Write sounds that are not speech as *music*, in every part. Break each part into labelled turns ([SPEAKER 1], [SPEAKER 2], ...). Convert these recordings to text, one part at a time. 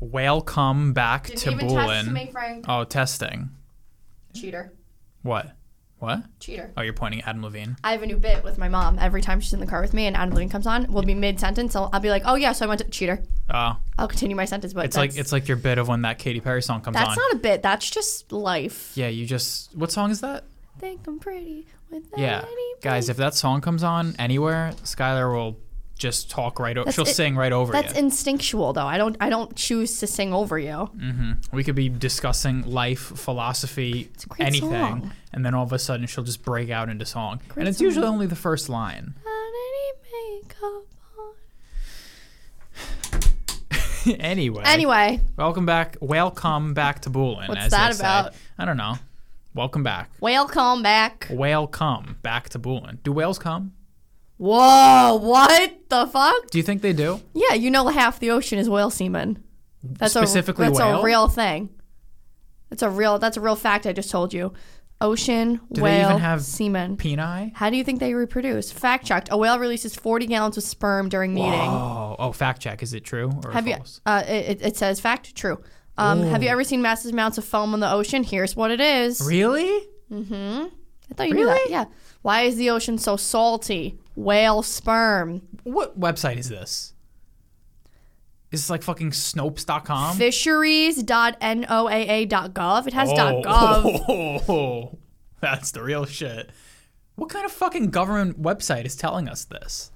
[SPEAKER 1] Welcome back
[SPEAKER 2] Didn't
[SPEAKER 1] to Oh.
[SPEAKER 2] even test to
[SPEAKER 1] Bulin.
[SPEAKER 2] make Frank
[SPEAKER 1] Oh, testing.
[SPEAKER 2] cheater.
[SPEAKER 1] What? What?
[SPEAKER 2] Cheater.
[SPEAKER 1] Oh, you're pointing at Adam Levine.
[SPEAKER 2] I have a new bit with my mom. Every time she's in the car with me and Adam Levine comes on, we'll be mid sentence. I'll, I'll be like, "Oh yeah, so I went to cheater."
[SPEAKER 1] Oh,
[SPEAKER 2] I'll continue my sentence, but
[SPEAKER 1] it's like
[SPEAKER 2] that's-
[SPEAKER 1] it's like your bit of when that Katy Perry song comes
[SPEAKER 2] that's
[SPEAKER 1] on.
[SPEAKER 2] not a bit. That's just life.
[SPEAKER 1] yeah, you just what song is that?
[SPEAKER 2] Think I'm pretty with
[SPEAKER 1] Yeah, guys, if that song comes on anywhere, Skylar will just talk right. over.
[SPEAKER 2] That's
[SPEAKER 1] she'll
[SPEAKER 2] it-
[SPEAKER 1] sing right over
[SPEAKER 2] That's
[SPEAKER 1] you.
[SPEAKER 2] instinctual, though. I don't. I don't choose to sing over you.
[SPEAKER 1] Mm. we could be discussing life, philosophy,
[SPEAKER 2] a great
[SPEAKER 1] anything,
[SPEAKER 2] song.
[SPEAKER 1] and then all of a sudden she'll just break out into song,
[SPEAKER 2] Great
[SPEAKER 1] and it's
[SPEAKER 2] song.
[SPEAKER 1] usually only the first line. *laughs* anyway,
[SPEAKER 2] Anyway,
[SPEAKER 1] welcome back. Welcome back to Bulin.
[SPEAKER 2] What's
[SPEAKER 1] as
[SPEAKER 2] that
[SPEAKER 1] they say.
[SPEAKER 2] about?
[SPEAKER 1] I don't know. Welcome back.
[SPEAKER 2] whale come back.
[SPEAKER 1] Whale come back to Bulin. Do whales come?
[SPEAKER 2] Whoa! What the fuck?
[SPEAKER 1] Do you think they do?
[SPEAKER 2] Yeah, you know half the ocean is whale semen. That's
[SPEAKER 1] Specifically
[SPEAKER 2] a, that's
[SPEAKER 1] whale?
[SPEAKER 2] a real thing. That's a real. That's a real fact I just told you. Ocean
[SPEAKER 1] Do
[SPEAKER 2] whale
[SPEAKER 1] they even have
[SPEAKER 2] semen.
[SPEAKER 1] Peni?
[SPEAKER 2] How do you think they reproduce? Fact checked. A whale releases 40 gallons of sperm during mating.
[SPEAKER 1] Oh, oh, fact check. Is it true or
[SPEAKER 2] Have you?
[SPEAKER 1] false?
[SPEAKER 2] Uh, it, it says fact true. Um, have you ever seen massive amounts of foam in the ocean? Here's what it is.
[SPEAKER 1] Really?
[SPEAKER 2] I thought you knew that. Yeah. Why is the ocean so salty? Whale sperm.
[SPEAKER 1] What website is this? Is this like fucking Snopes.com?
[SPEAKER 2] Fisheries.noaa.gov. It has
[SPEAKER 1] *laughs* oh,
[SPEAKER 2] .gov.
[SPEAKER 1] that's the real shit. What kind of fucking government website is telling us this?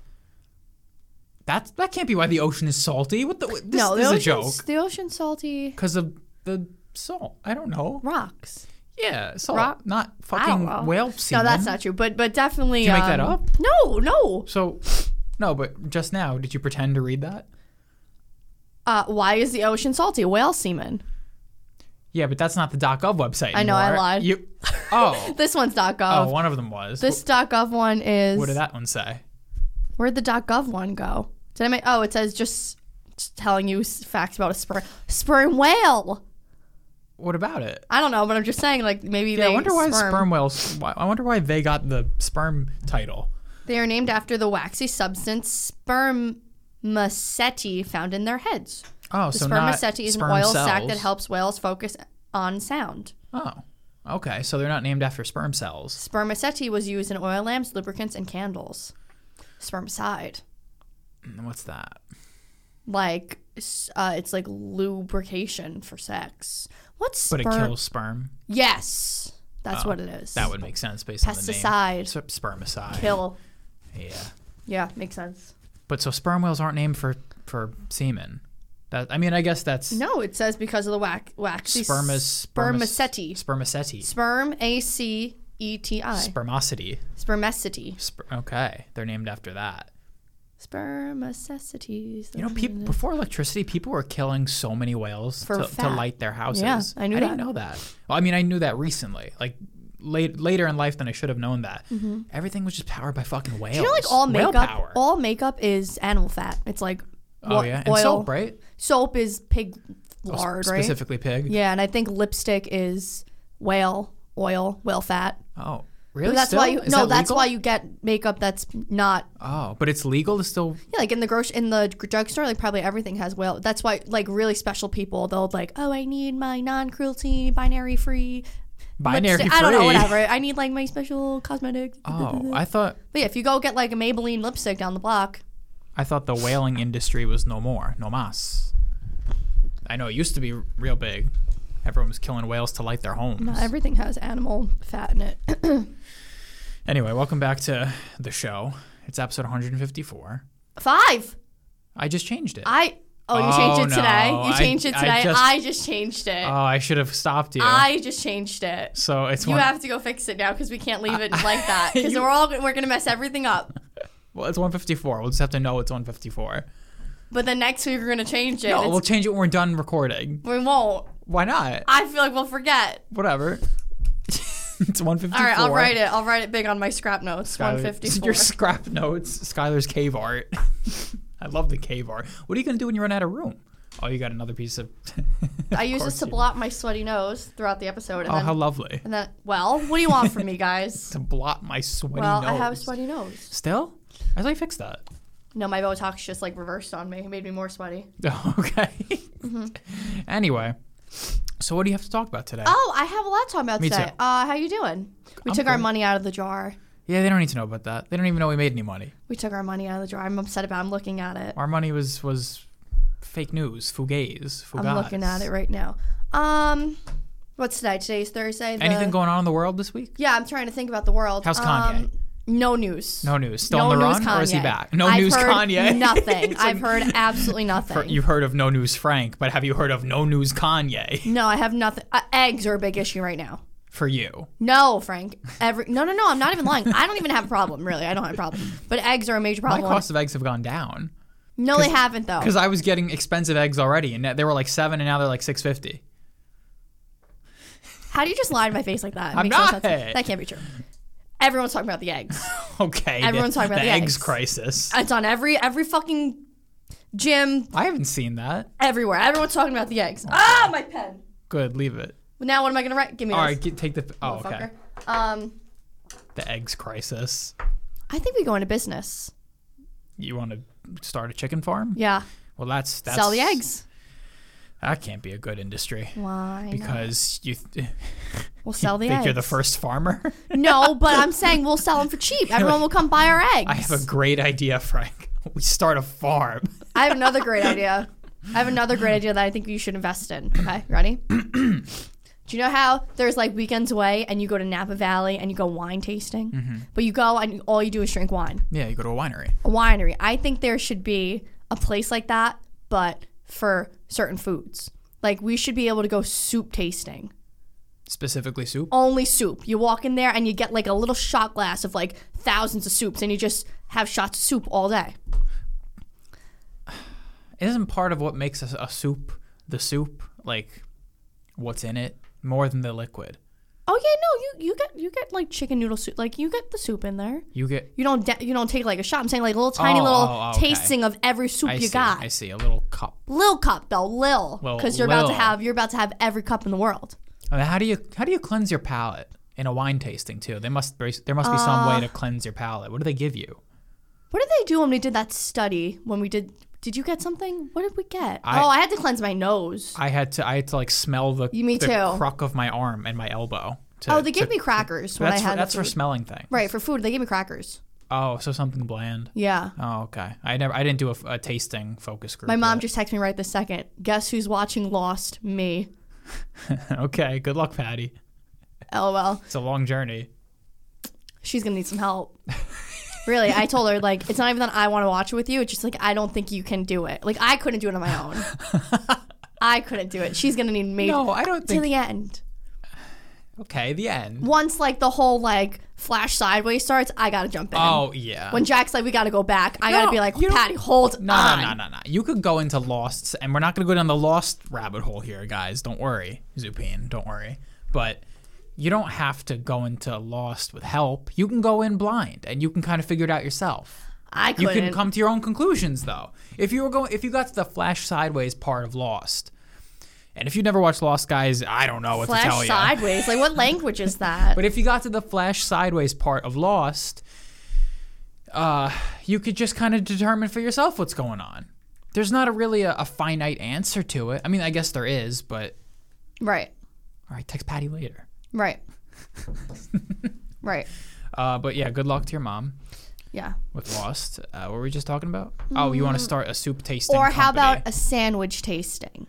[SPEAKER 1] That's that can't be why the ocean is salty. What the? This,
[SPEAKER 2] no, the
[SPEAKER 1] this is a joke
[SPEAKER 2] ocean's- The ocean's salty.
[SPEAKER 1] because of the salt. I don't know.
[SPEAKER 2] Rocks.
[SPEAKER 1] Yeah, salt,
[SPEAKER 2] Rock-
[SPEAKER 1] not
[SPEAKER 2] I don't
[SPEAKER 1] fucking
[SPEAKER 2] know.
[SPEAKER 1] whale semen.
[SPEAKER 2] No, that's not true. But but definitely.
[SPEAKER 1] Did you make that
[SPEAKER 2] um,
[SPEAKER 1] up?
[SPEAKER 2] No, no.
[SPEAKER 1] *laughs* So, no, but just now, did you pretend to read that?
[SPEAKER 2] Uh, why is the ocean salty? Whale semen.
[SPEAKER 1] Yeah, but that's not the .gov website.
[SPEAKER 2] I know, I
[SPEAKER 1] anymore.
[SPEAKER 2] lied. *laughs*
[SPEAKER 1] You, oh,
[SPEAKER 2] This one's .gov.
[SPEAKER 1] oh, one of them was.
[SPEAKER 2] This .gov one is.
[SPEAKER 1] What did that one say?
[SPEAKER 2] Where'd the .gov one go? Did I make? Oh, it says just, just telling you s- facts about a sperm sperm whale.
[SPEAKER 1] What about it?
[SPEAKER 2] I don't know, but I'm just saying, like maybe
[SPEAKER 1] Yeah,
[SPEAKER 2] they
[SPEAKER 1] I wonder why
[SPEAKER 2] sperm.
[SPEAKER 1] sperm, whales. Why, I wonder why they got the sperm title.
[SPEAKER 2] They are named after the waxy substance sperm spermaceti found in their heads.
[SPEAKER 1] Oh,
[SPEAKER 2] The
[SPEAKER 1] so not
[SPEAKER 2] spermaceti is an
[SPEAKER 1] sperm
[SPEAKER 2] oil
[SPEAKER 1] cells.
[SPEAKER 2] sac that helps whales focus on sound.
[SPEAKER 1] Oh, okay. So they're not named after sperm cells.
[SPEAKER 2] Spermaceti was used in oil lamps, lubricants, and candles. Spermicide,
[SPEAKER 1] Mm, What's that?
[SPEAKER 2] like s- uh, it's like lubrication for sex. What's
[SPEAKER 1] But
[SPEAKER 2] sperm?
[SPEAKER 1] it kills sperm.
[SPEAKER 2] Yes, that's what it is.
[SPEAKER 1] That would make sense based on the name.
[SPEAKER 2] Pesticide.
[SPEAKER 1] Pesticide. Spermicide.
[SPEAKER 2] kill.
[SPEAKER 1] Yeah.
[SPEAKER 2] Yeah, makes sense.
[SPEAKER 1] But so sperm whales aren't named for for semen. That I mean, I guess that's
[SPEAKER 2] No, it says because of the wax waxy
[SPEAKER 1] spermis
[SPEAKER 2] spermaceti.
[SPEAKER 1] spermaceti
[SPEAKER 2] Sperm A C E T I.
[SPEAKER 1] spermosity.
[SPEAKER 2] Spermaceti.
[SPEAKER 1] Sper- okay, they're named after that.
[SPEAKER 2] Spermacetes.
[SPEAKER 1] You know, peop before electricity, people were killing so many whales
[SPEAKER 2] For
[SPEAKER 1] to, to
[SPEAKER 2] fat.
[SPEAKER 1] light their houses.
[SPEAKER 2] Yeah, I knew
[SPEAKER 1] didn't
[SPEAKER 2] that.
[SPEAKER 1] know that. Well, I mean, I knew that recently, like late, later in life than I should have known that. Everything was just powered by fucking whales.
[SPEAKER 2] Mm-hmm. you know, like all
[SPEAKER 1] Whale
[SPEAKER 2] makeup,
[SPEAKER 1] power.
[SPEAKER 2] all makeup is animal fat. It's like
[SPEAKER 1] oh
[SPEAKER 2] wa-
[SPEAKER 1] yeah, and
[SPEAKER 2] oil.
[SPEAKER 1] soap, right?
[SPEAKER 2] Soap is pig
[SPEAKER 1] Oh,
[SPEAKER 2] lard, right?
[SPEAKER 1] Specifically pig.
[SPEAKER 2] Yeah, and I think lipstick is whale oil, whale fat.
[SPEAKER 1] Oh, really?
[SPEAKER 2] that's
[SPEAKER 1] still?
[SPEAKER 2] why you
[SPEAKER 1] Is
[SPEAKER 2] no,
[SPEAKER 1] that
[SPEAKER 2] that's
[SPEAKER 1] legal?
[SPEAKER 2] why you get makeup that's not
[SPEAKER 1] Oh, but it's legal to still.
[SPEAKER 2] Yeah, like in the grocery in the drugstore, like probably everything has whale. That's why like really special people they'll like, oh, I need my non cruelty, binary free,
[SPEAKER 1] Binary
[SPEAKER 2] I don't know,
[SPEAKER 1] free.
[SPEAKER 2] whatever. I need like my special cosmetic.
[SPEAKER 1] Oh, I thought
[SPEAKER 2] But yeah, if you go get like a Maybelline lipstick down the block,
[SPEAKER 1] I thought the whaling industry was no more, no mas. I know it used to be real big. Everyone was killing whales to light their homes.
[SPEAKER 2] not everything has animal fat in it. *coughs*
[SPEAKER 1] Anyway, welcome back to the show. It's episode 154.
[SPEAKER 2] Five.
[SPEAKER 1] I just changed it.
[SPEAKER 2] I oh, you
[SPEAKER 1] Oh,
[SPEAKER 2] changed
[SPEAKER 1] no.
[SPEAKER 2] it today. You
[SPEAKER 1] I-
[SPEAKER 2] changed it
[SPEAKER 1] I
[SPEAKER 2] today. I
[SPEAKER 1] just-
[SPEAKER 2] just, changed it.
[SPEAKER 1] oh, I should have stopped you.
[SPEAKER 2] I just changed it.
[SPEAKER 1] so it's
[SPEAKER 2] You
[SPEAKER 1] one,
[SPEAKER 2] have to go fix it now because we
[SPEAKER 1] *laughs*
[SPEAKER 2] can't leave it like that because we're all we're gonna mess everything up.
[SPEAKER 1] well, it's 154. We'll just have to know it's 154.
[SPEAKER 2] But then next week we're gonna change it.
[SPEAKER 1] No,
[SPEAKER 2] It's-
[SPEAKER 1] we'll change it when we're done recording.
[SPEAKER 2] we won't.
[SPEAKER 1] Why not?
[SPEAKER 2] I feel like we'll forget.
[SPEAKER 1] Whatever. *laughs* it's 154.
[SPEAKER 2] All right, I'll write it. I'll write it big on my scrap notes. One fifty
[SPEAKER 1] *laughs*
[SPEAKER 2] four.
[SPEAKER 1] Your scrap notes, Skylar's cave art. *laughs* I love the cave art. What are you going to do when you run out of room? Oh, you got another piece of. *laughs*
[SPEAKER 2] I
[SPEAKER 1] Of
[SPEAKER 2] use this
[SPEAKER 1] course
[SPEAKER 2] to
[SPEAKER 1] you-
[SPEAKER 2] blot my sweaty nose throughout the episode, and
[SPEAKER 1] Oh,
[SPEAKER 2] then
[SPEAKER 1] how lovely.
[SPEAKER 2] and then well, what do you want from me, guys?
[SPEAKER 1] To blot my *laughs* sweaty
[SPEAKER 2] well,
[SPEAKER 1] nose.
[SPEAKER 2] I have a sweaty nose.
[SPEAKER 1] Still? I thought you fixed that. *laughs*
[SPEAKER 2] No, my Botox just like reversed on me. It made me more sweaty.
[SPEAKER 1] Okay. Anyway, so what do you have to talk about today?
[SPEAKER 2] Oh, I have a lot to talk about
[SPEAKER 1] Me
[SPEAKER 2] today.
[SPEAKER 1] too.
[SPEAKER 2] Uh, how you doing? We
[SPEAKER 1] I'm
[SPEAKER 2] took our
[SPEAKER 1] good.
[SPEAKER 2] money out of the jar.
[SPEAKER 1] Yeah, they don't need to know about that. They don't even know we made any money.
[SPEAKER 2] We took our money out of the jar. I'm upset about. it. I'm looking at it.
[SPEAKER 1] Our money was was fake news, fugaze, fugazi.
[SPEAKER 2] I'm looking at it right now. Um, what's today? Today's Thursday. the-
[SPEAKER 1] Anything going on in the world this week?
[SPEAKER 2] Yeah, I'm trying to think about the world.
[SPEAKER 1] How's Kanye?
[SPEAKER 2] Um, no news.
[SPEAKER 1] No news. Still on
[SPEAKER 2] No
[SPEAKER 1] the
[SPEAKER 2] news
[SPEAKER 1] run, or is he
[SPEAKER 2] Kanye.
[SPEAKER 1] back? No
[SPEAKER 2] I've
[SPEAKER 1] news,
[SPEAKER 2] heard
[SPEAKER 1] Kanye. *laughs*
[SPEAKER 2] Nothing.
[SPEAKER 1] It's
[SPEAKER 2] I've
[SPEAKER 1] like- *laughs*
[SPEAKER 2] heard absolutely nothing.
[SPEAKER 1] You've heard of No News Frank, but have you heard of No News Kanye? *laughs*
[SPEAKER 2] no, I have nothing. Uh, eggs are a big issue right now.
[SPEAKER 1] For you,
[SPEAKER 2] No, Frank. Every no, no, no. I'm not even lying. I don't even have a problem. Really, I don't have a problem. But eggs are a major
[SPEAKER 1] my
[SPEAKER 2] problem.
[SPEAKER 1] cost of eggs have gone down
[SPEAKER 2] no, they haven't though.
[SPEAKER 1] because I was getting expensive eggs already, and they were like seven, and now they're like six fifty. *laughs*
[SPEAKER 2] How do you just lie to my face like that? It
[SPEAKER 1] I'm
[SPEAKER 2] makes no
[SPEAKER 1] not.
[SPEAKER 2] sense. That can't be true. Everyone's talking about the eggs.
[SPEAKER 1] Okay, the-
[SPEAKER 2] Everyone's talking about the
[SPEAKER 1] eggs
[SPEAKER 2] eggs.
[SPEAKER 1] crisis.
[SPEAKER 2] It's on every every fucking gym
[SPEAKER 1] I haven't seen that.
[SPEAKER 2] everywhere. Everyone's talking about the eggs. Ah, my pen.
[SPEAKER 1] Good, leave it.
[SPEAKER 2] Now what am I gonna write? Give me
[SPEAKER 1] All
[SPEAKER 2] this,
[SPEAKER 1] right, get, take the. Oh, okay.
[SPEAKER 2] fucker. Um,
[SPEAKER 1] The eggs crisis.
[SPEAKER 2] I think we go into business.
[SPEAKER 1] You want to start a chicken farm?
[SPEAKER 2] Yeah,
[SPEAKER 1] Well, that's that's
[SPEAKER 2] sell the eggs.
[SPEAKER 1] That can't be a good industry
[SPEAKER 2] Why? not?
[SPEAKER 1] because you *laughs* th-
[SPEAKER 2] we'll sell the
[SPEAKER 1] think
[SPEAKER 2] eggs.
[SPEAKER 1] you're the first farmer. *laughs*
[SPEAKER 2] No, but I'm saying we'll sell them for cheap. Everyone will come buy our eggs.
[SPEAKER 1] I have a great idea, Frank. *laughs* We start a farm. *laughs*
[SPEAKER 2] I have another great idea. I have another great idea that I think you should invest in. Okay, ready? Do you know how there's like weekends away and you go to Napa Valley and you go wine tasting, but you go and all you do is drink wine.
[SPEAKER 1] Yeah, you go to a winery.
[SPEAKER 2] A winery. I think there should be a place like that, but for certain foods. Like we should be able to go soup tasting.
[SPEAKER 1] Specifically soup.
[SPEAKER 2] Only soup. You walk in there and you get like a little shot glass of like thousands of soups and you just have shots of soup all day.
[SPEAKER 1] Isn't part of what makes a, a soup the soup, like what's in it, more than the liquid?
[SPEAKER 2] Oh yeah, no, you, you get you get like chicken noodle soup. Like you get the soup in there.
[SPEAKER 1] You get
[SPEAKER 2] You don't de- you don't take like a shot. I'm saying like a little tiny
[SPEAKER 1] Oh,
[SPEAKER 2] little
[SPEAKER 1] oh, okay.
[SPEAKER 2] tasting of every soup
[SPEAKER 1] I
[SPEAKER 2] you
[SPEAKER 1] see, I
[SPEAKER 2] got.
[SPEAKER 1] see a little cup.
[SPEAKER 2] Lil cup though, lil,
[SPEAKER 1] Well,
[SPEAKER 2] because you're about to
[SPEAKER 1] lil.
[SPEAKER 2] have you're about to have every cup in the world.
[SPEAKER 1] I mean, how do you how do you cleanse your palate in a wine tasting too? There must be, there must be
[SPEAKER 2] Uh.
[SPEAKER 1] some way to cleanse your palate. What do they give you?
[SPEAKER 2] What did they do when we did that study? When we did, did you get something? What did we get?
[SPEAKER 1] I-
[SPEAKER 2] oh, I had to cleanse my nose.
[SPEAKER 1] I had to I had to like smell the,
[SPEAKER 2] You- me
[SPEAKER 1] the
[SPEAKER 2] too.
[SPEAKER 1] crock of my arm and my elbow. To,
[SPEAKER 2] oh, they
[SPEAKER 1] to-
[SPEAKER 2] gave me crackers when I
[SPEAKER 1] that's
[SPEAKER 2] had
[SPEAKER 1] for,
[SPEAKER 2] the
[SPEAKER 1] that's for
[SPEAKER 2] food.
[SPEAKER 1] smelling things.
[SPEAKER 2] right for food. They gave me crackers.
[SPEAKER 1] Oh, so something bland.
[SPEAKER 2] Yeah,
[SPEAKER 1] Oh, okay. I never I didn't do a, a tasting focus group.
[SPEAKER 2] my mom
[SPEAKER 1] yet. *laughs*
[SPEAKER 2] just texted me right this second. Guess who's watching Lost? Me.
[SPEAKER 1] okay. Good luck, Patty.
[SPEAKER 2] LOL.
[SPEAKER 1] It's a long journey.
[SPEAKER 2] she's gonna need some help. really, I told her like it's not even that I want to watch it with you. It's just like I don't think you can do it. Like I couldn't do it on
[SPEAKER 1] *laughs*
[SPEAKER 2] my own. I couldn't do it. She's gonna need me
[SPEAKER 1] No, I don't
[SPEAKER 2] to
[SPEAKER 1] think.
[SPEAKER 2] the end.
[SPEAKER 1] okay, the end.
[SPEAKER 2] Once like the whole like flash sideways starts, I gotta jump in.
[SPEAKER 1] Oh yeah.
[SPEAKER 2] When Jack's like, we gotta go back, I
[SPEAKER 1] No,
[SPEAKER 2] gotta be like,
[SPEAKER 1] you don't-
[SPEAKER 2] Patty, hold
[SPEAKER 1] no,
[SPEAKER 2] on.
[SPEAKER 1] no, no, no, no. You could go into Lost, and we're not going to go down the Lost rabbit hole here, guys. Don't worry, Zupin. Don't worry. But you don't have to go into Lost with help. You can go in blind, and you can kind of figure it out yourself.
[SPEAKER 2] I
[SPEAKER 1] You
[SPEAKER 2] couldn't.
[SPEAKER 1] can come to your own conclusions, though. If you were going, if you got to the flash sideways part of Lost, and if you never watched Lost, guys, I don't know what to tell
[SPEAKER 2] flash
[SPEAKER 1] you.
[SPEAKER 2] sideways. Like, what language is that?
[SPEAKER 1] But if you got to the flash sideways part of Lost, uh, you could just kind of determine for yourself what's going on. There's not a really a, a finite answer to it. I mean, I guess there is, but
[SPEAKER 2] right,
[SPEAKER 1] all right, text Patty later. *laughs*
[SPEAKER 2] right, right.
[SPEAKER 1] Uh, but yeah, good luck to your mom
[SPEAKER 2] Yeah.
[SPEAKER 1] with Lost. Uh, what were we just talking about? Oh, you want to start a soup tasting?
[SPEAKER 2] Mm. Or how
[SPEAKER 1] company.
[SPEAKER 2] about a sandwich tasting?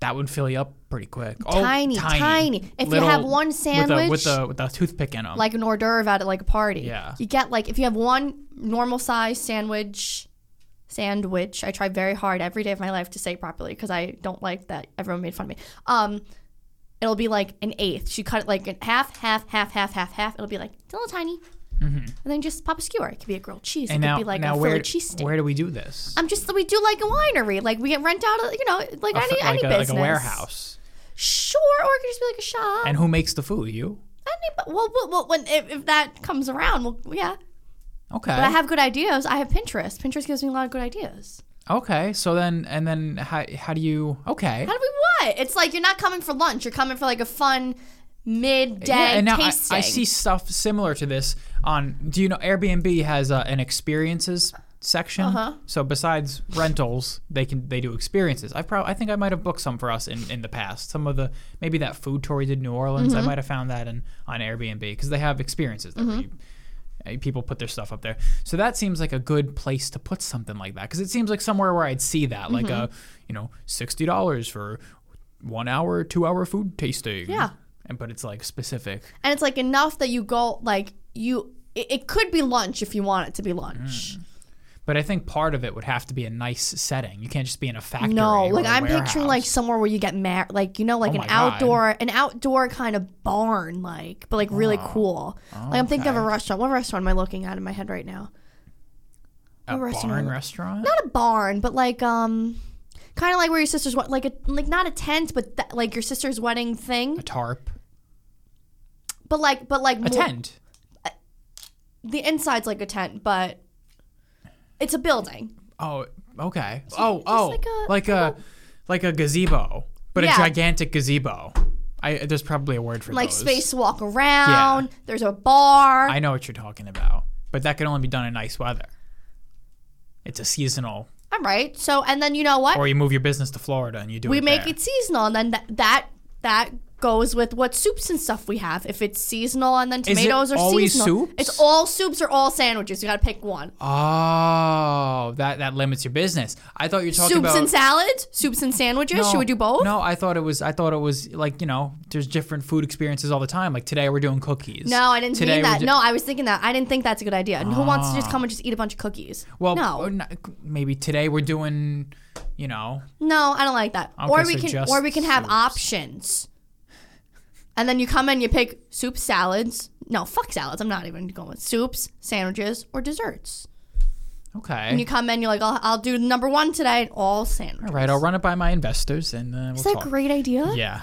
[SPEAKER 1] that would fill you up pretty quick?
[SPEAKER 2] Tiny,
[SPEAKER 1] oh,
[SPEAKER 2] tiny. If you have one
[SPEAKER 1] with
[SPEAKER 2] sandwich-
[SPEAKER 1] a, with a, with a toothpick in them,
[SPEAKER 2] like an hors d'oeuvre at like a party.
[SPEAKER 1] Yeah.
[SPEAKER 2] You get like if you have one normal size sandwich sandwich. I try very hard every day of my life to say it properly because I don't like that everyone made fun of me. Um it'll be like an eighth. She cut it like in half, half, half, half, half, half. It'll be like it's a little tiny. And then just pop a skewer. It could be a grilled cheese.
[SPEAKER 1] Mm-hmm. and
[SPEAKER 2] it
[SPEAKER 1] now
[SPEAKER 2] could be like
[SPEAKER 1] now
[SPEAKER 2] a
[SPEAKER 1] where
[SPEAKER 2] Philly cheesesteak.
[SPEAKER 1] where do we do this?
[SPEAKER 2] I'm just we do like a winery. Like we get rent out a, you know, like
[SPEAKER 1] A f-
[SPEAKER 2] any, any
[SPEAKER 1] like, a,
[SPEAKER 2] business.
[SPEAKER 1] like a warehouse.
[SPEAKER 2] Sure, or it could just be like a shop.
[SPEAKER 1] And who makes the food? You?
[SPEAKER 2] Any, well, well, well, when if, if that comes around, well, yeah.
[SPEAKER 1] Okay.
[SPEAKER 2] But I have good ideas. I have Pinterest. Pinterest gives me a lot of good ideas.
[SPEAKER 1] Okay, so then and then how how do you okay?
[SPEAKER 2] How do we what? It's like you're not coming for lunch. You're coming for like a fun midday
[SPEAKER 1] Yeah, and now I,
[SPEAKER 2] tasting.
[SPEAKER 1] I see stuff similar to this on. Do you know Airbnb has uh, an experiences section.
[SPEAKER 2] Uh-huh.
[SPEAKER 1] So besides rentals, they can they do experiences. I probably I think I might have booked some for us in, in the past. Some of the maybe that food tour we did in New Orleans,
[SPEAKER 2] Mm-hmm.
[SPEAKER 1] I might have found that in on Airbnb because they have experiences there. where you- uh, People put their stuff up there, so that seems like a good place to put something like that because it seems like somewhere where I'd see that, like
[SPEAKER 2] Mm-hmm.
[SPEAKER 1] a you know sixty dollars for one hour, two hour food tasting.
[SPEAKER 2] Yeah.
[SPEAKER 1] and but it's like specific.
[SPEAKER 2] and it's like enough that you go like you. It, it could be lunch if you want it to be lunch.
[SPEAKER 1] Mm. But I think part of it would have to be a nice setting. You can't just be in a factory.
[SPEAKER 2] No,
[SPEAKER 1] or
[SPEAKER 2] like
[SPEAKER 1] a
[SPEAKER 2] I'm picturing like
[SPEAKER 1] warehouse.
[SPEAKER 2] somewhere where you get married, like you know, like
[SPEAKER 1] Oh my
[SPEAKER 2] an
[SPEAKER 1] God.
[SPEAKER 2] outdoor, an outdoor kind of barn, like but like really cool. Like I'm thinking of a
[SPEAKER 1] Oh. okay.
[SPEAKER 2] restaurant. What restaurant am I looking at in my head right now?
[SPEAKER 1] a
[SPEAKER 2] a restaurant.
[SPEAKER 1] barn restaurant.
[SPEAKER 2] Not a barn, but like um, kind of like where your sister's what, like a like not a tent, but th- like your sister's wedding
[SPEAKER 1] A
[SPEAKER 2] thing,
[SPEAKER 1] tarp.
[SPEAKER 2] but like but like
[SPEAKER 1] A
[SPEAKER 2] more,
[SPEAKER 1] tent.
[SPEAKER 2] The inside's like a tent, but it's a building.
[SPEAKER 1] Oh, okay. Oh, oh,
[SPEAKER 2] like a-
[SPEAKER 1] like a like a gazebo, but a
[SPEAKER 2] Yeah.
[SPEAKER 1] gigantic gazebo. I there's probably a word for
[SPEAKER 2] Like
[SPEAKER 1] those.
[SPEAKER 2] space to walk around. There's a bar.
[SPEAKER 1] I know what you're talking about, but that can only be done in nice weather. It's a seasonal,
[SPEAKER 2] All right. So and then you know what?
[SPEAKER 1] or you move your business to Florida and you do.
[SPEAKER 2] we
[SPEAKER 1] it
[SPEAKER 2] make
[SPEAKER 1] there.
[SPEAKER 2] it seasonal and then that that that goes with what soups and stuff we have if it's seasonal and then
[SPEAKER 1] it
[SPEAKER 2] tomatoes are
[SPEAKER 1] always
[SPEAKER 2] seasonal
[SPEAKER 1] soups?
[SPEAKER 2] it's all soups or all sandwiches you gotta pick one
[SPEAKER 1] Oh, that that limits your business. I thought you were talking
[SPEAKER 2] soups
[SPEAKER 1] about
[SPEAKER 2] and salads soups and sandwiches should we do both
[SPEAKER 1] No, I thought it was. I thought it was like you know, there's different food experiences all the time. Like today we're doing cookies.
[SPEAKER 2] No, I didn't
[SPEAKER 1] Today
[SPEAKER 2] mean
[SPEAKER 1] we're
[SPEAKER 2] that.
[SPEAKER 1] do-
[SPEAKER 2] no, I was thinking that. I didn't think that's a good idea. And Who wants to just come and just eat a bunch of cookies?
[SPEAKER 1] Well, uh,
[SPEAKER 2] no,
[SPEAKER 1] or not- maybe today we're doing, you know,
[SPEAKER 2] no, I don't like that.
[SPEAKER 1] Okay,
[SPEAKER 2] or we
[SPEAKER 1] so
[SPEAKER 2] can,
[SPEAKER 1] just
[SPEAKER 2] or we can have
[SPEAKER 1] soups.
[SPEAKER 2] options. And then you come in, you pick soup, salads. No, fuck salads. I'm not even going with soups, sandwiches, or desserts.
[SPEAKER 1] okay,
[SPEAKER 2] And you come in, you're like, I'll, I'll do number one today, and all sandwiches.
[SPEAKER 1] all right. I'll run it by my investors and uh, we'll
[SPEAKER 2] Is that
[SPEAKER 1] talk.
[SPEAKER 2] a great idea?
[SPEAKER 1] Yeah,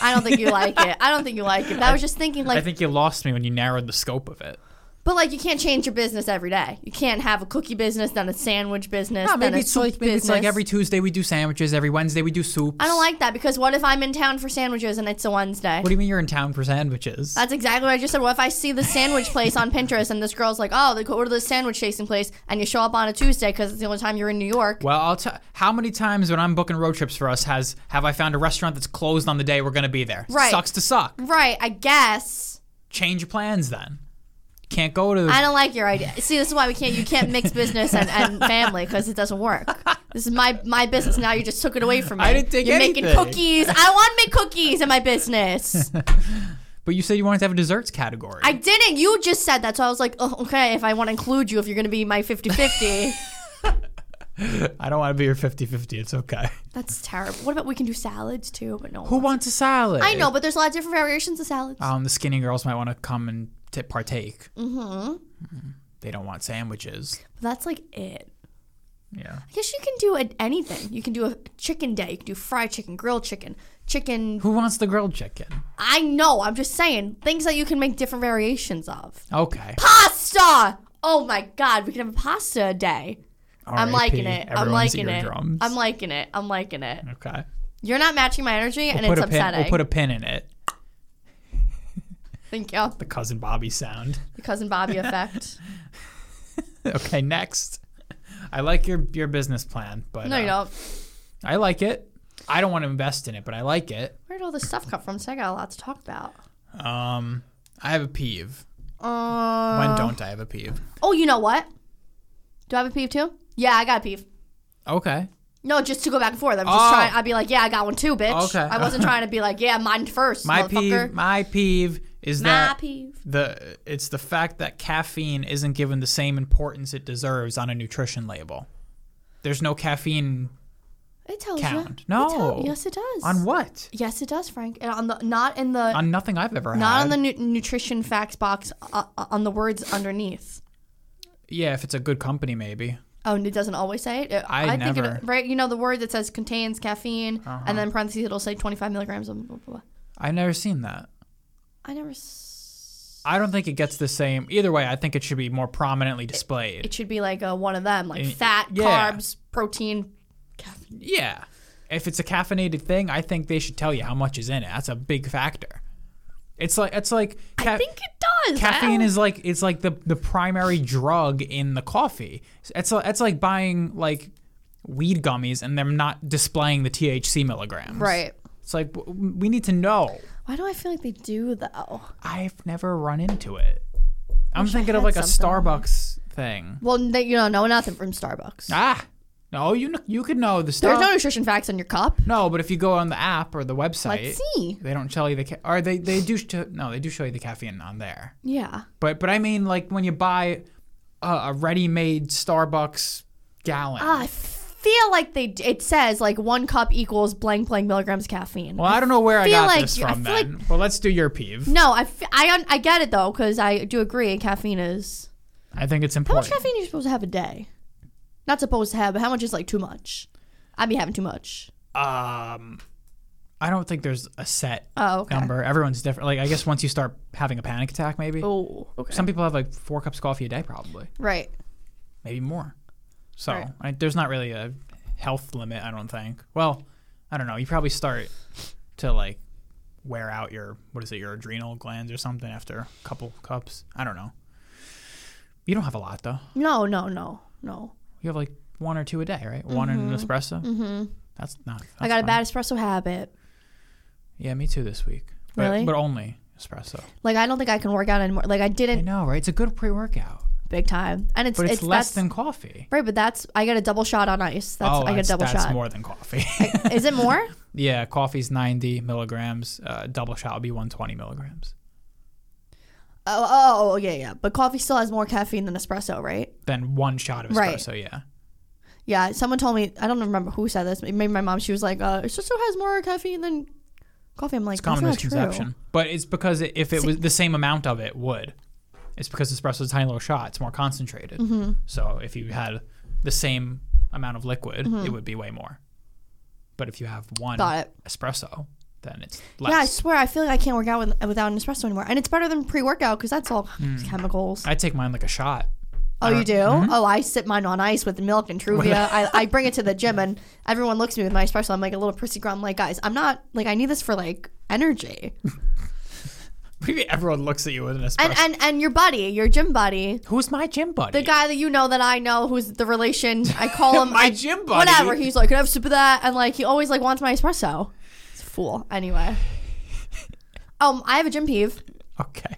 [SPEAKER 2] I don't think you like it. I don't think you like it. But I was just thinking,
[SPEAKER 1] *laughs* I
[SPEAKER 2] like,
[SPEAKER 1] think you lost me when you narrowed the scope of it.
[SPEAKER 2] but like, you can't change your business every day. You can't have a cookie business, then a sandwich business,
[SPEAKER 1] No,
[SPEAKER 2] then
[SPEAKER 1] maybe
[SPEAKER 2] a
[SPEAKER 1] it's
[SPEAKER 2] soup
[SPEAKER 1] like maybe
[SPEAKER 2] business.
[SPEAKER 1] it's like every Tuesday we do sandwiches, every Wednesday we do soups.
[SPEAKER 2] I don't like that because what if I'm in town for sandwiches and it's a Wednesday?
[SPEAKER 1] What do you mean you're in town for sandwiches?
[SPEAKER 2] That's exactly what I just said. What if I see the sandwich place on Pinterest and this girl's like, oh, they go order this sandwich chasing place, and you show up on a Tuesday because it's the only time you're in New York?
[SPEAKER 1] well, I'll tell. How many times when I'm booking road trips for us has have I found a restaurant that's closed on the day we're gonna be there?
[SPEAKER 2] Right.
[SPEAKER 1] Sucks to suck.
[SPEAKER 2] Right, I guess.
[SPEAKER 1] change your plans then. Can't go to the.
[SPEAKER 2] I don't like your idea. See, this is why we can't. You can't mix business and, and family because it doesn't work. This is my my business now. You just took it away from me.
[SPEAKER 1] I didn't take
[SPEAKER 2] You're making
[SPEAKER 1] anything.
[SPEAKER 2] cookies. I want to make cookies in my business.
[SPEAKER 1] but you said you wanted to have a desserts category.
[SPEAKER 2] I didn't. You just said that, so I was like, oh, okay. If I want to include you, if you're gonna be my 50-50.
[SPEAKER 1] I don't want to be your 50 50. It's okay. *laughs*
[SPEAKER 2] that's terrible. What about we can do salads too? But no.
[SPEAKER 1] Who wants a salad?
[SPEAKER 2] I know, but there's a lot of different variations of salads.
[SPEAKER 1] Um, the skinny girls might want to come and t- partake. Mm-hmm. They don't want sandwiches.
[SPEAKER 2] But that's like it.
[SPEAKER 1] Yeah.
[SPEAKER 2] I guess you can do a, anything. You can do a chicken day. You can do fried chicken, grilled chicken, chicken
[SPEAKER 1] Who wants the grilled chicken?
[SPEAKER 2] I know. I'm just saying things that you can make different variations of.
[SPEAKER 1] Okay.
[SPEAKER 2] Pasta. Oh my god, we can have a pasta day. I'm
[SPEAKER 1] R.I.P.
[SPEAKER 2] liking it. I'm
[SPEAKER 1] Everyone's
[SPEAKER 2] liking
[SPEAKER 1] eardrums.
[SPEAKER 2] it. I'm liking it. I'm liking it.
[SPEAKER 1] okay.
[SPEAKER 2] You're not matching my energy, and
[SPEAKER 1] Put
[SPEAKER 2] it's
[SPEAKER 1] a pin.
[SPEAKER 2] upsetting.
[SPEAKER 1] We'll put a pin in it.
[SPEAKER 2] Thank you.
[SPEAKER 1] The cousin Bobby sound. *laughs*
[SPEAKER 2] The cousin Bobby effect.
[SPEAKER 1] okay. Next. I like your your business plan, but
[SPEAKER 2] No,
[SPEAKER 1] uh,
[SPEAKER 2] you don't.
[SPEAKER 1] I like it. I don't want to invest in it, but I like it.
[SPEAKER 2] Where did all this stuff come from? So I got a lot to talk about.
[SPEAKER 1] Um, I have a peeve.
[SPEAKER 2] Uh,
[SPEAKER 1] When don't I have a peeve?
[SPEAKER 2] oh, you know what? Do I have a peeve too? Yeah, I got a peeve.
[SPEAKER 1] Okay.
[SPEAKER 2] No, just to go back and forth. I'm just
[SPEAKER 1] Oh.
[SPEAKER 2] trying. I'd be like, yeah, I got one too, bitch.
[SPEAKER 1] Okay.
[SPEAKER 2] I wasn't trying to be like, yeah, mine first,
[SPEAKER 1] My
[SPEAKER 2] motherfucker.
[SPEAKER 1] peeve. My peeve is
[SPEAKER 2] My
[SPEAKER 1] that
[SPEAKER 2] peeve.
[SPEAKER 1] the it's the fact that caffeine isn't given the same importance it deserves on a nutrition label. There's no caffeine
[SPEAKER 2] It tells
[SPEAKER 1] count.
[SPEAKER 2] you.
[SPEAKER 1] No.
[SPEAKER 2] It tell- yes, it does.
[SPEAKER 1] on what?
[SPEAKER 2] yes, it does, Frank. And on the not in the
[SPEAKER 1] On nothing I've ever had.
[SPEAKER 2] not on the nu- nutrition facts box uh, uh, on the words underneath.
[SPEAKER 1] yeah, if it's a good company, maybe.
[SPEAKER 2] Oh, and it doesn't always say it. It-
[SPEAKER 1] I never- Uh-huh.
[SPEAKER 2] think it right. You know the word that says contains caffeine, and then parentheses it'll say 25 milligrams. Of blah, blah, blah.
[SPEAKER 1] I've never seen that.
[SPEAKER 2] I never. S-
[SPEAKER 1] I don't think it gets the same. Either way, I think it should be more prominently displayed.
[SPEAKER 2] it should be like a, one of them, like
[SPEAKER 1] Eh,
[SPEAKER 2] fat,
[SPEAKER 1] yeah.
[SPEAKER 2] carbs, protein, caffeine.
[SPEAKER 1] yeah. If it's a caffeinated thing, I think they should tell you how much is in it. That's a big factor. It's like it's like
[SPEAKER 2] I
[SPEAKER 1] ca-
[SPEAKER 2] think it does. I
[SPEAKER 1] Caffeine
[SPEAKER 2] don't-
[SPEAKER 1] is like it's like the the primary drug in the coffee. It's it's like buying like weed gummies and they're not displaying the THC milligrams.
[SPEAKER 2] right.
[SPEAKER 1] It's like w- we need to know.
[SPEAKER 2] Why do I feel like they do though?
[SPEAKER 1] I've never run into it. I'm
[SPEAKER 2] Wish I
[SPEAKER 1] thinking of
[SPEAKER 2] had
[SPEAKER 1] like a
[SPEAKER 2] something like
[SPEAKER 1] Starbucks thing.
[SPEAKER 2] Well, they, you don't know nothing from Starbucks.
[SPEAKER 1] Ah, no, you kn- you could know the
[SPEAKER 2] There's
[SPEAKER 1] stuff.
[SPEAKER 2] no nutrition facts in your cup.
[SPEAKER 1] No, but if you go on the app or the website,
[SPEAKER 2] Let's see.
[SPEAKER 1] they don't show you the ca- or they they do sh- no they do show you the caffeine on there.
[SPEAKER 2] Yeah.
[SPEAKER 1] But but I mean like when you buy a, a ready-made Starbucks gallon.
[SPEAKER 2] Ah, I feel like they. d- It says like one cup equals blank blank milligrams caffeine.
[SPEAKER 1] well, I don't know where I
[SPEAKER 2] feel
[SPEAKER 1] got
[SPEAKER 2] like
[SPEAKER 1] this
[SPEAKER 2] you- I
[SPEAKER 1] from
[SPEAKER 2] feel
[SPEAKER 1] then. well, let's do your peeve.
[SPEAKER 2] No, I, f- I, un- I get it though because I do agree caffeine is.
[SPEAKER 1] I think it's
[SPEAKER 2] How much
[SPEAKER 1] important.
[SPEAKER 2] caffeine are you supposed to have a day? Not supposed to have, but how much is like too much? I'd be having too much.
[SPEAKER 1] Um I don't think there's a set
[SPEAKER 2] Oh, okay.
[SPEAKER 1] number. Everyone's different. Like I guess once you start having a panic attack maybe.
[SPEAKER 2] Oh, okay.
[SPEAKER 1] Some people have like 4 cups of coffee a day probably.
[SPEAKER 2] Right.
[SPEAKER 1] maybe more. So
[SPEAKER 2] Right.
[SPEAKER 1] I, there's not really a health limit, I don't think. Well, I don't know. You probably start to like wear out your what is it, your adrenal glands or something after a couple cups. I don't know. You don't have a lot though.
[SPEAKER 2] No, no, no, no.
[SPEAKER 1] You have like one or two a day, right? One and an espresso. Mm-hmm. That's not.
[SPEAKER 2] I
[SPEAKER 1] that's
[SPEAKER 2] got a
[SPEAKER 1] fine.
[SPEAKER 2] bad espresso habit.
[SPEAKER 1] Yeah, me too this week. But,
[SPEAKER 2] Really?
[SPEAKER 1] But only espresso.
[SPEAKER 2] Like I don't think I can work out anymore. Like I
[SPEAKER 1] I
[SPEAKER 2] didn't
[SPEAKER 1] know, right? It's a good pre-workout,
[SPEAKER 2] big time, and it's
[SPEAKER 1] but it's, less
[SPEAKER 2] that's-
[SPEAKER 1] than coffee.
[SPEAKER 2] right. But that's I get a double shot on ice. That's
[SPEAKER 1] oh,
[SPEAKER 2] I get
[SPEAKER 1] that's,
[SPEAKER 2] a double
[SPEAKER 1] that's
[SPEAKER 2] shot.
[SPEAKER 1] more than coffee.
[SPEAKER 2] *laughs*
[SPEAKER 1] *laughs*
[SPEAKER 2] Is it more?
[SPEAKER 1] Yeah, coffee's 90 milligrams. Uh, double shot would be 120 milligrams.
[SPEAKER 2] Oh, oh, oh, yeah, yeah. But coffee still has more caffeine than espresso, right?
[SPEAKER 1] Then one shot of
[SPEAKER 2] Right.
[SPEAKER 1] espresso, yeah.
[SPEAKER 2] Yeah. Someone told me. I don't remember who said this. Maybe my mom. She was like, uh, "Espresso has more caffeine than coffee." I'm like,
[SPEAKER 1] It's a common
[SPEAKER 2] "That's not
[SPEAKER 1] misconception.
[SPEAKER 2] True.
[SPEAKER 1] But it's because it, if it was the same amount of it would. It's because espresso's a tiny little shot. It's more concentrated.
[SPEAKER 2] Mm-hmm.
[SPEAKER 1] So if you had the same amount of liquid, it would be way more. But if you have one
[SPEAKER 2] Mm-hmm. Got it.
[SPEAKER 1] espresso, then it's
[SPEAKER 2] Yeah, I
[SPEAKER 1] less.
[SPEAKER 2] swear, I feel like I can't work out with, without an espresso anymore, and it's better than pre-workout because that's all
[SPEAKER 1] Hmm.
[SPEAKER 2] chemicals.
[SPEAKER 1] I take mine like a shot. *laughs*
[SPEAKER 2] Oh,
[SPEAKER 1] Uh,
[SPEAKER 2] you do?
[SPEAKER 1] mm-hmm.
[SPEAKER 2] Oh, I sip mine on ice with milk and Truvia. I, I bring it to the
[SPEAKER 1] *laughs*
[SPEAKER 2] gym, and everyone looks at me with my espresso. I'm like a little prissy girl. I'm like, guys, I'm not like I need this for like energy,
[SPEAKER 1] Maybe everyone looks at you with an espresso.
[SPEAKER 2] and and and your buddy, your gym buddy.
[SPEAKER 1] Who's my gym buddy?
[SPEAKER 2] The guy that you know that I know, who's the relation, I
[SPEAKER 1] *laughs*
[SPEAKER 2] call him
[SPEAKER 1] My
[SPEAKER 2] I-
[SPEAKER 1] gym buddy.
[SPEAKER 2] Whatever. He's like, can I have a sip of that? And like, he always like wants my espresso. It's a fool.
[SPEAKER 1] *laughs*
[SPEAKER 2] Anyway, um, I have a gym peeve.
[SPEAKER 1] Okay.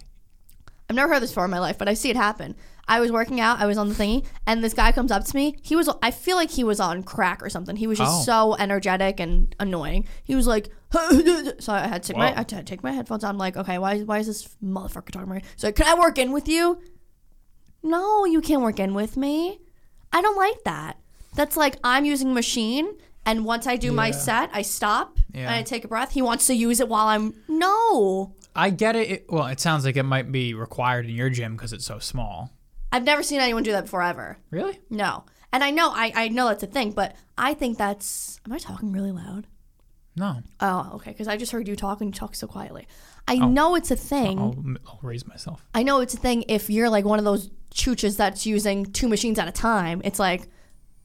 [SPEAKER 2] I've never heard this before in my life, but I see it happen. I was working out, I was on the thingy, and this guy comes up to me. He was, I feel like he was on crack or something. He was just
[SPEAKER 1] Oh.
[SPEAKER 2] so energetic and annoying. He was like, *laughs* so I had to take my,
[SPEAKER 1] Wow.
[SPEAKER 2] I had to take my headphones on. I'm like, okay, why, why is this motherfucker talking to me? So can I work in with you? No, you can't work in with me. I don't like that. That's like I'm using a machine, and once I do my
[SPEAKER 1] Yeah.
[SPEAKER 2] set, I stop and
[SPEAKER 1] Yeah.
[SPEAKER 2] I take a breath. He wants to use it while I'm no.
[SPEAKER 1] I get it. it. Well, it sounds like it might be required in your gym because it's so small.
[SPEAKER 2] I've never seen anyone do that before ever.
[SPEAKER 1] Really?
[SPEAKER 2] No. And I know I, I know that's a thing, but I think that's am I talking really loud?
[SPEAKER 1] No.
[SPEAKER 2] Oh, okay, because I just heard you talk and you talk so quietly. I know it's a thing.
[SPEAKER 1] I'll, I'll raise myself.
[SPEAKER 2] I know it's a thing if you're like one of those chooches that's using two machines at a time. It's like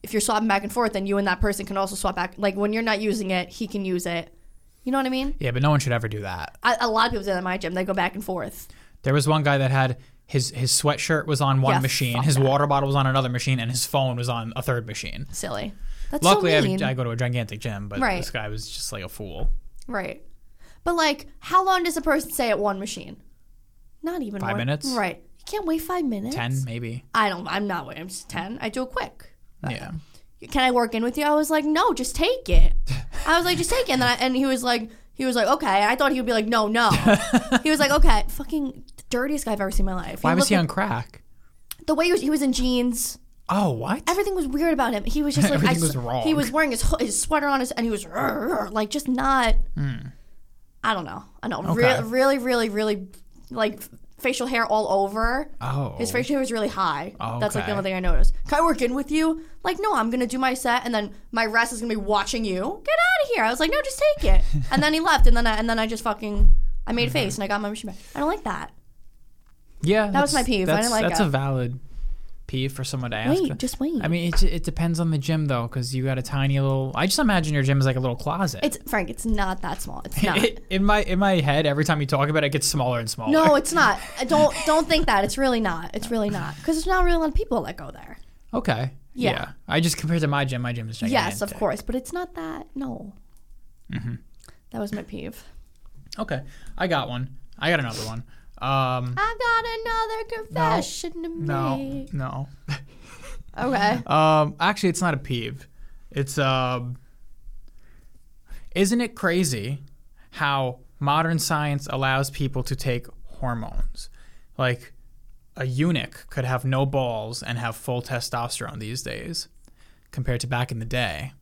[SPEAKER 2] if you're swapping back and forth, then you and that person can also swap back. Like when you're not using it, he can use it. You know what I mean?
[SPEAKER 1] Yeah, but no one should ever do that.
[SPEAKER 2] I, a lot of people do that at my gym. They go back and forth.
[SPEAKER 1] There was one guy that had his his sweatshirt was on one
[SPEAKER 2] Yeah,
[SPEAKER 1] machine,
[SPEAKER 2] fuck
[SPEAKER 1] his
[SPEAKER 2] that.
[SPEAKER 1] water bottle was on another machine, and his phone was on a third machine.
[SPEAKER 2] Silly. That's
[SPEAKER 1] Luckily,
[SPEAKER 2] so
[SPEAKER 1] I,
[SPEAKER 2] mean.
[SPEAKER 1] I go to a gigantic gym, but
[SPEAKER 2] Right.
[SPEAKER 1] this guy was just like a fool.
[SPEAKER 2] Right. But like, how long does a person stay at one machine? Not even
[SPEAKER 1] Five
[SPEAKER 2] one-
[SPEAKER 1] minutes?
[SPEAKER 2] Right. You can't wait five minutes.
[SPEAKER 1] Ten, maybe.
[SPEAKER 2] I don't. I'm not waiting. I'm just ten. I do it quick.
[SPEAKER 1] yeah.
[SPEAKER 2] Can I work in with you? I was like, no, just
[SPEAKER 1] *laughs*
[SPEAKER 2] take it. I was like, just take it. And, then I, and he was like, he was like, okay. I thought he would be like,
[SPEAKER 1] *laughs*
[SPEAKER 2] no, no. he was like, okay. Fucking dirtiest guy I've ever seen in my life.
[SPEAKER 1] Why was
[SPEAKER 2] looked
[SPEAKER 1] he
[SPEAKER 2] like-
[SPEAKER 1] on crack?
[SPEAKER 2] The way he was, he was in jeans.
[SPEAKER 1] Oh, what?
[SPEAKER 2] Everything was weird about him. He
[SPEAKER 1] *laughs*
[SPEAKER 2] was just like I
[SPEAKER 1] Everything
[SPEAKER 2] s-
[SPEAKER 1] was wrong.
[SPEAKER 2] He was wearing his ho- his sweater on his and he was like just not. I don't know. I know.
[SPEAKER 1] Hmm. Okay.
[SPEAKER 2] Re- really, really, really, like facial hair all over.
[SPEAKER 1] oh.
[SPEAKER 2] His facial hair was really high. That's like
[SPEAKER 1] Okay.
[SPEAKER 2] the only thing I noticed. Can I work in with you? Like, no, I'm gonna do my set, and then my rest is gonna be watching you. Get out of here! I was like, no, just
[SPEAKER 1] *laughs*
[SPEAKER 2] take it. and then he left, and then I, and then I just fucking I
[SPEAKER 1] Mm-hmm.
[SPEAKER 2] made face, and I got my machine back. I don't like that.
[SPEAKER 1] yeah. That
[SPEAKER 2] was my peeve. I didn't like
[SPEAKER 1] That's
[SPEAKER 2] it.
[SPEAKER 1] a valid pee for someone to ask.
[SPEAKER 2] Wait, just wait.
[SPEAKER 1] I mean, it, it depends on the gym though, because you got a tiny little. I just imagine your gym is like a little closet.
[SPEAKER 2] it's Frank. It's not that small.
[SPEAKER 1] *laughs*
[SPEAKER 2] It's not.
[SPEAKER 1] in my in my head, every time you talk about it, it gets smaller and smaller.
[SPEAKER 2] no, it's not. I Don't don't think that. It's really not. It's really not because there's not really a lot of people that go there.
[SPEAKER 1] *laughs* Okay.
[SPEAKER 2] Yeah.
[SPEAKER 1] I just compared to my gym. My gym is gigantic.
[SPEAKER 2] Yes, of course, but it's not that. No.
[SPEAKER 1] Mm-hmm.
[SPEAKER 2] That was my peeve.
[SPEAKER 1] Okay. I got one. I got another one. Um.
[SPEAKER 2] I got another confession to
[SPEAKER 1] No.
[SPEAKER 2] make.
[SPEAKER 1] No.
[SPEAKER 2] Okay.
[SPEAKER 1] Um. Actually, it's not a peeve. It's um. Isn't it crazy how modern science allows people to take hormones? Like, a eunuch could have no balls and have full testosterone these days, compared to back in the day,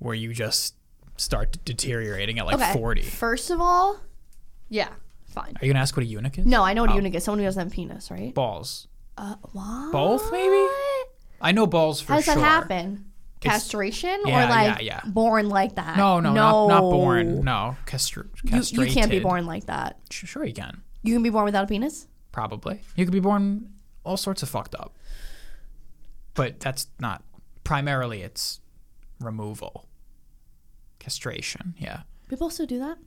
[SPEAKER 1] where you just start deteriorating at like
[SPEAKER 2] okay.
[SPEAKER 1] 40.
[SPEAKER 2] First of all, yeah, fine.
[SPEAKER 1] Are you gonna ask what a eunuch is?
[SPEAKER 2] No, I know what a eunuch is. Someone who doesn't have a penis, right?
[SPEAKER 1] Balls.
[SPEAKER 2] Uh, what?
[SPEAKER 1] Both, maybe? I know balls for
[SPEAKER 2] How does
[SPEAKER 1] sure.
[SPEAKER 2] that happen? Castration
[SPEAKER 1] Yeah,
[SPEAKER 2] or like
[SPEAKER 1] yeah, yeah.
[SPEAKER 2] born like that?
[SPEAKER 1] No, no, Not, not born. No, castr-
[SPEAKER 2] You,
[SPEAKER 1] castrated.
[SPEAKER 2] you can't be born like that.
[SPEAKER 1] Sh- Sure, you can.
[SPEAKER 2] You can be born without a penis.
[SPEAKER 1] Probably. You could be born all sorts of fucked up. But that's not primarily. It's removal, castration. Yeah.
[SPEAKER 2] People still do that.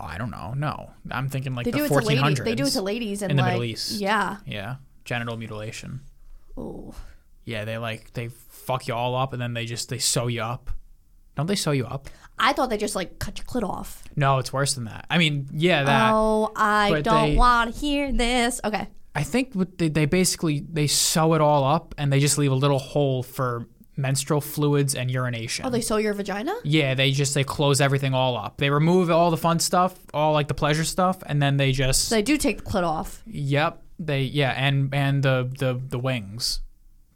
[SPEAKER 1] Oh, I don't know. No, I'm thinking like
[SPEAKER 2] They
[SPEAKER 1] the
[SPEAKER 2] do it to
[SPEAKER 1] 1400s.
[SPEAKER 2] ladies. They do it to ladies and
[SPEAKER 1] in the
[SPEAKER 2] like
[SPEAKER 1] Middle East.
[SPEAKER 2] yeah.
[SPEAKER 1] Yeah, genital mutilation.
[SPEAKER 2] Ooh.
[SPEAKER 1] Yeah, they like they fuck you all up and then they just they sew you up. Don't they sew you up?
[SPEAKER 2] I thought they just like cut your clit off.
[SPEAKER 1] No, it's worse than that. I mean, yeah, that.
[SPEAKER 2] oh, I
[SPEAKER 1] but
[SPEAKER 2] don't
[SPEAKER 1] they-
[SPEAKER 2] want to hear this. Okay.
[SPEAKER 1] I think what they, they basically they sew it all up and they just leave a little hole for menstrual fluids and urination.
[SPEAKER 2] Oh, they sew your vagina?
[SPEAKER 1] yeah, they just they close everything all up. They remove all the fun stuff, all like the pleasure stuff, and then they just
[SPEAKER 2] So they do take the clit off.
[SPEAKER 1] yep they yeah and and the the the wings,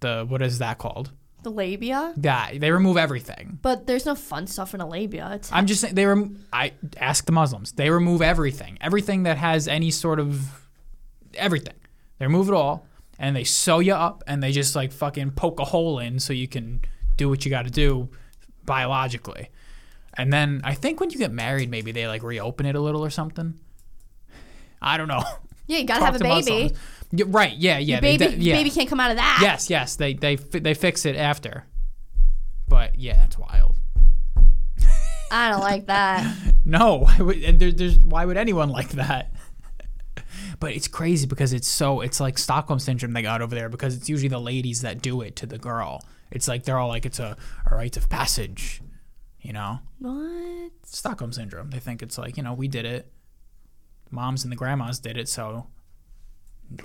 [SPEAKER 1] the what is that called?
[SPEAKER 2] The labia.
[SPEAKER 1] That they remove everything.
[SPEAKER 2] But there's no fun stuff in a labia. It's
[SPEAKER 1] I'm just saying they rem- I ask the Muslims. They remove everything, everything that has any sort of everything. They remove it all, and they sew you up, and they just like fucking poke a hole in so you can do what you got to do biologically. And then I think when you get married, maybe they like reopen it a little or something. I don't know.
[SPEAKER 2] yeah, you gotta
[SPEAKER 1] Talk
[SPEAKER 2] have a
[SPEAKER 1] to
[SPEAKER 2] baby.
[SPEAKER 1] Muslims. Yeah, right? Yeah, yeah. they
[SPEAKER 2] Baby,
[SPEAKER 1] de- yeah.
[SPEAKER 2] baby can't come out of that.
[SPEAKER 1] Yes, yes. They they fi- they fix it after. But yeah, it's wild.
[SPEAKER 2] I
[SPEAKER 1] *laughs*
[SPEAKER 2] don't like that.
[SPEAKER 1] No, *laughs* why would and there, there's why would anyone like that? *laughs* but it's crazy because it's so it's like Stockholm syndrome they got over there because it's usually the ladies that do it to the girl. It's like they're all like it's a, a rite of passage, you know.
[SPEAKER 2] what?
[SPEAKER 1] Stockholm syndrome. They think it's like you know we did it, moms and the grandmas did it, so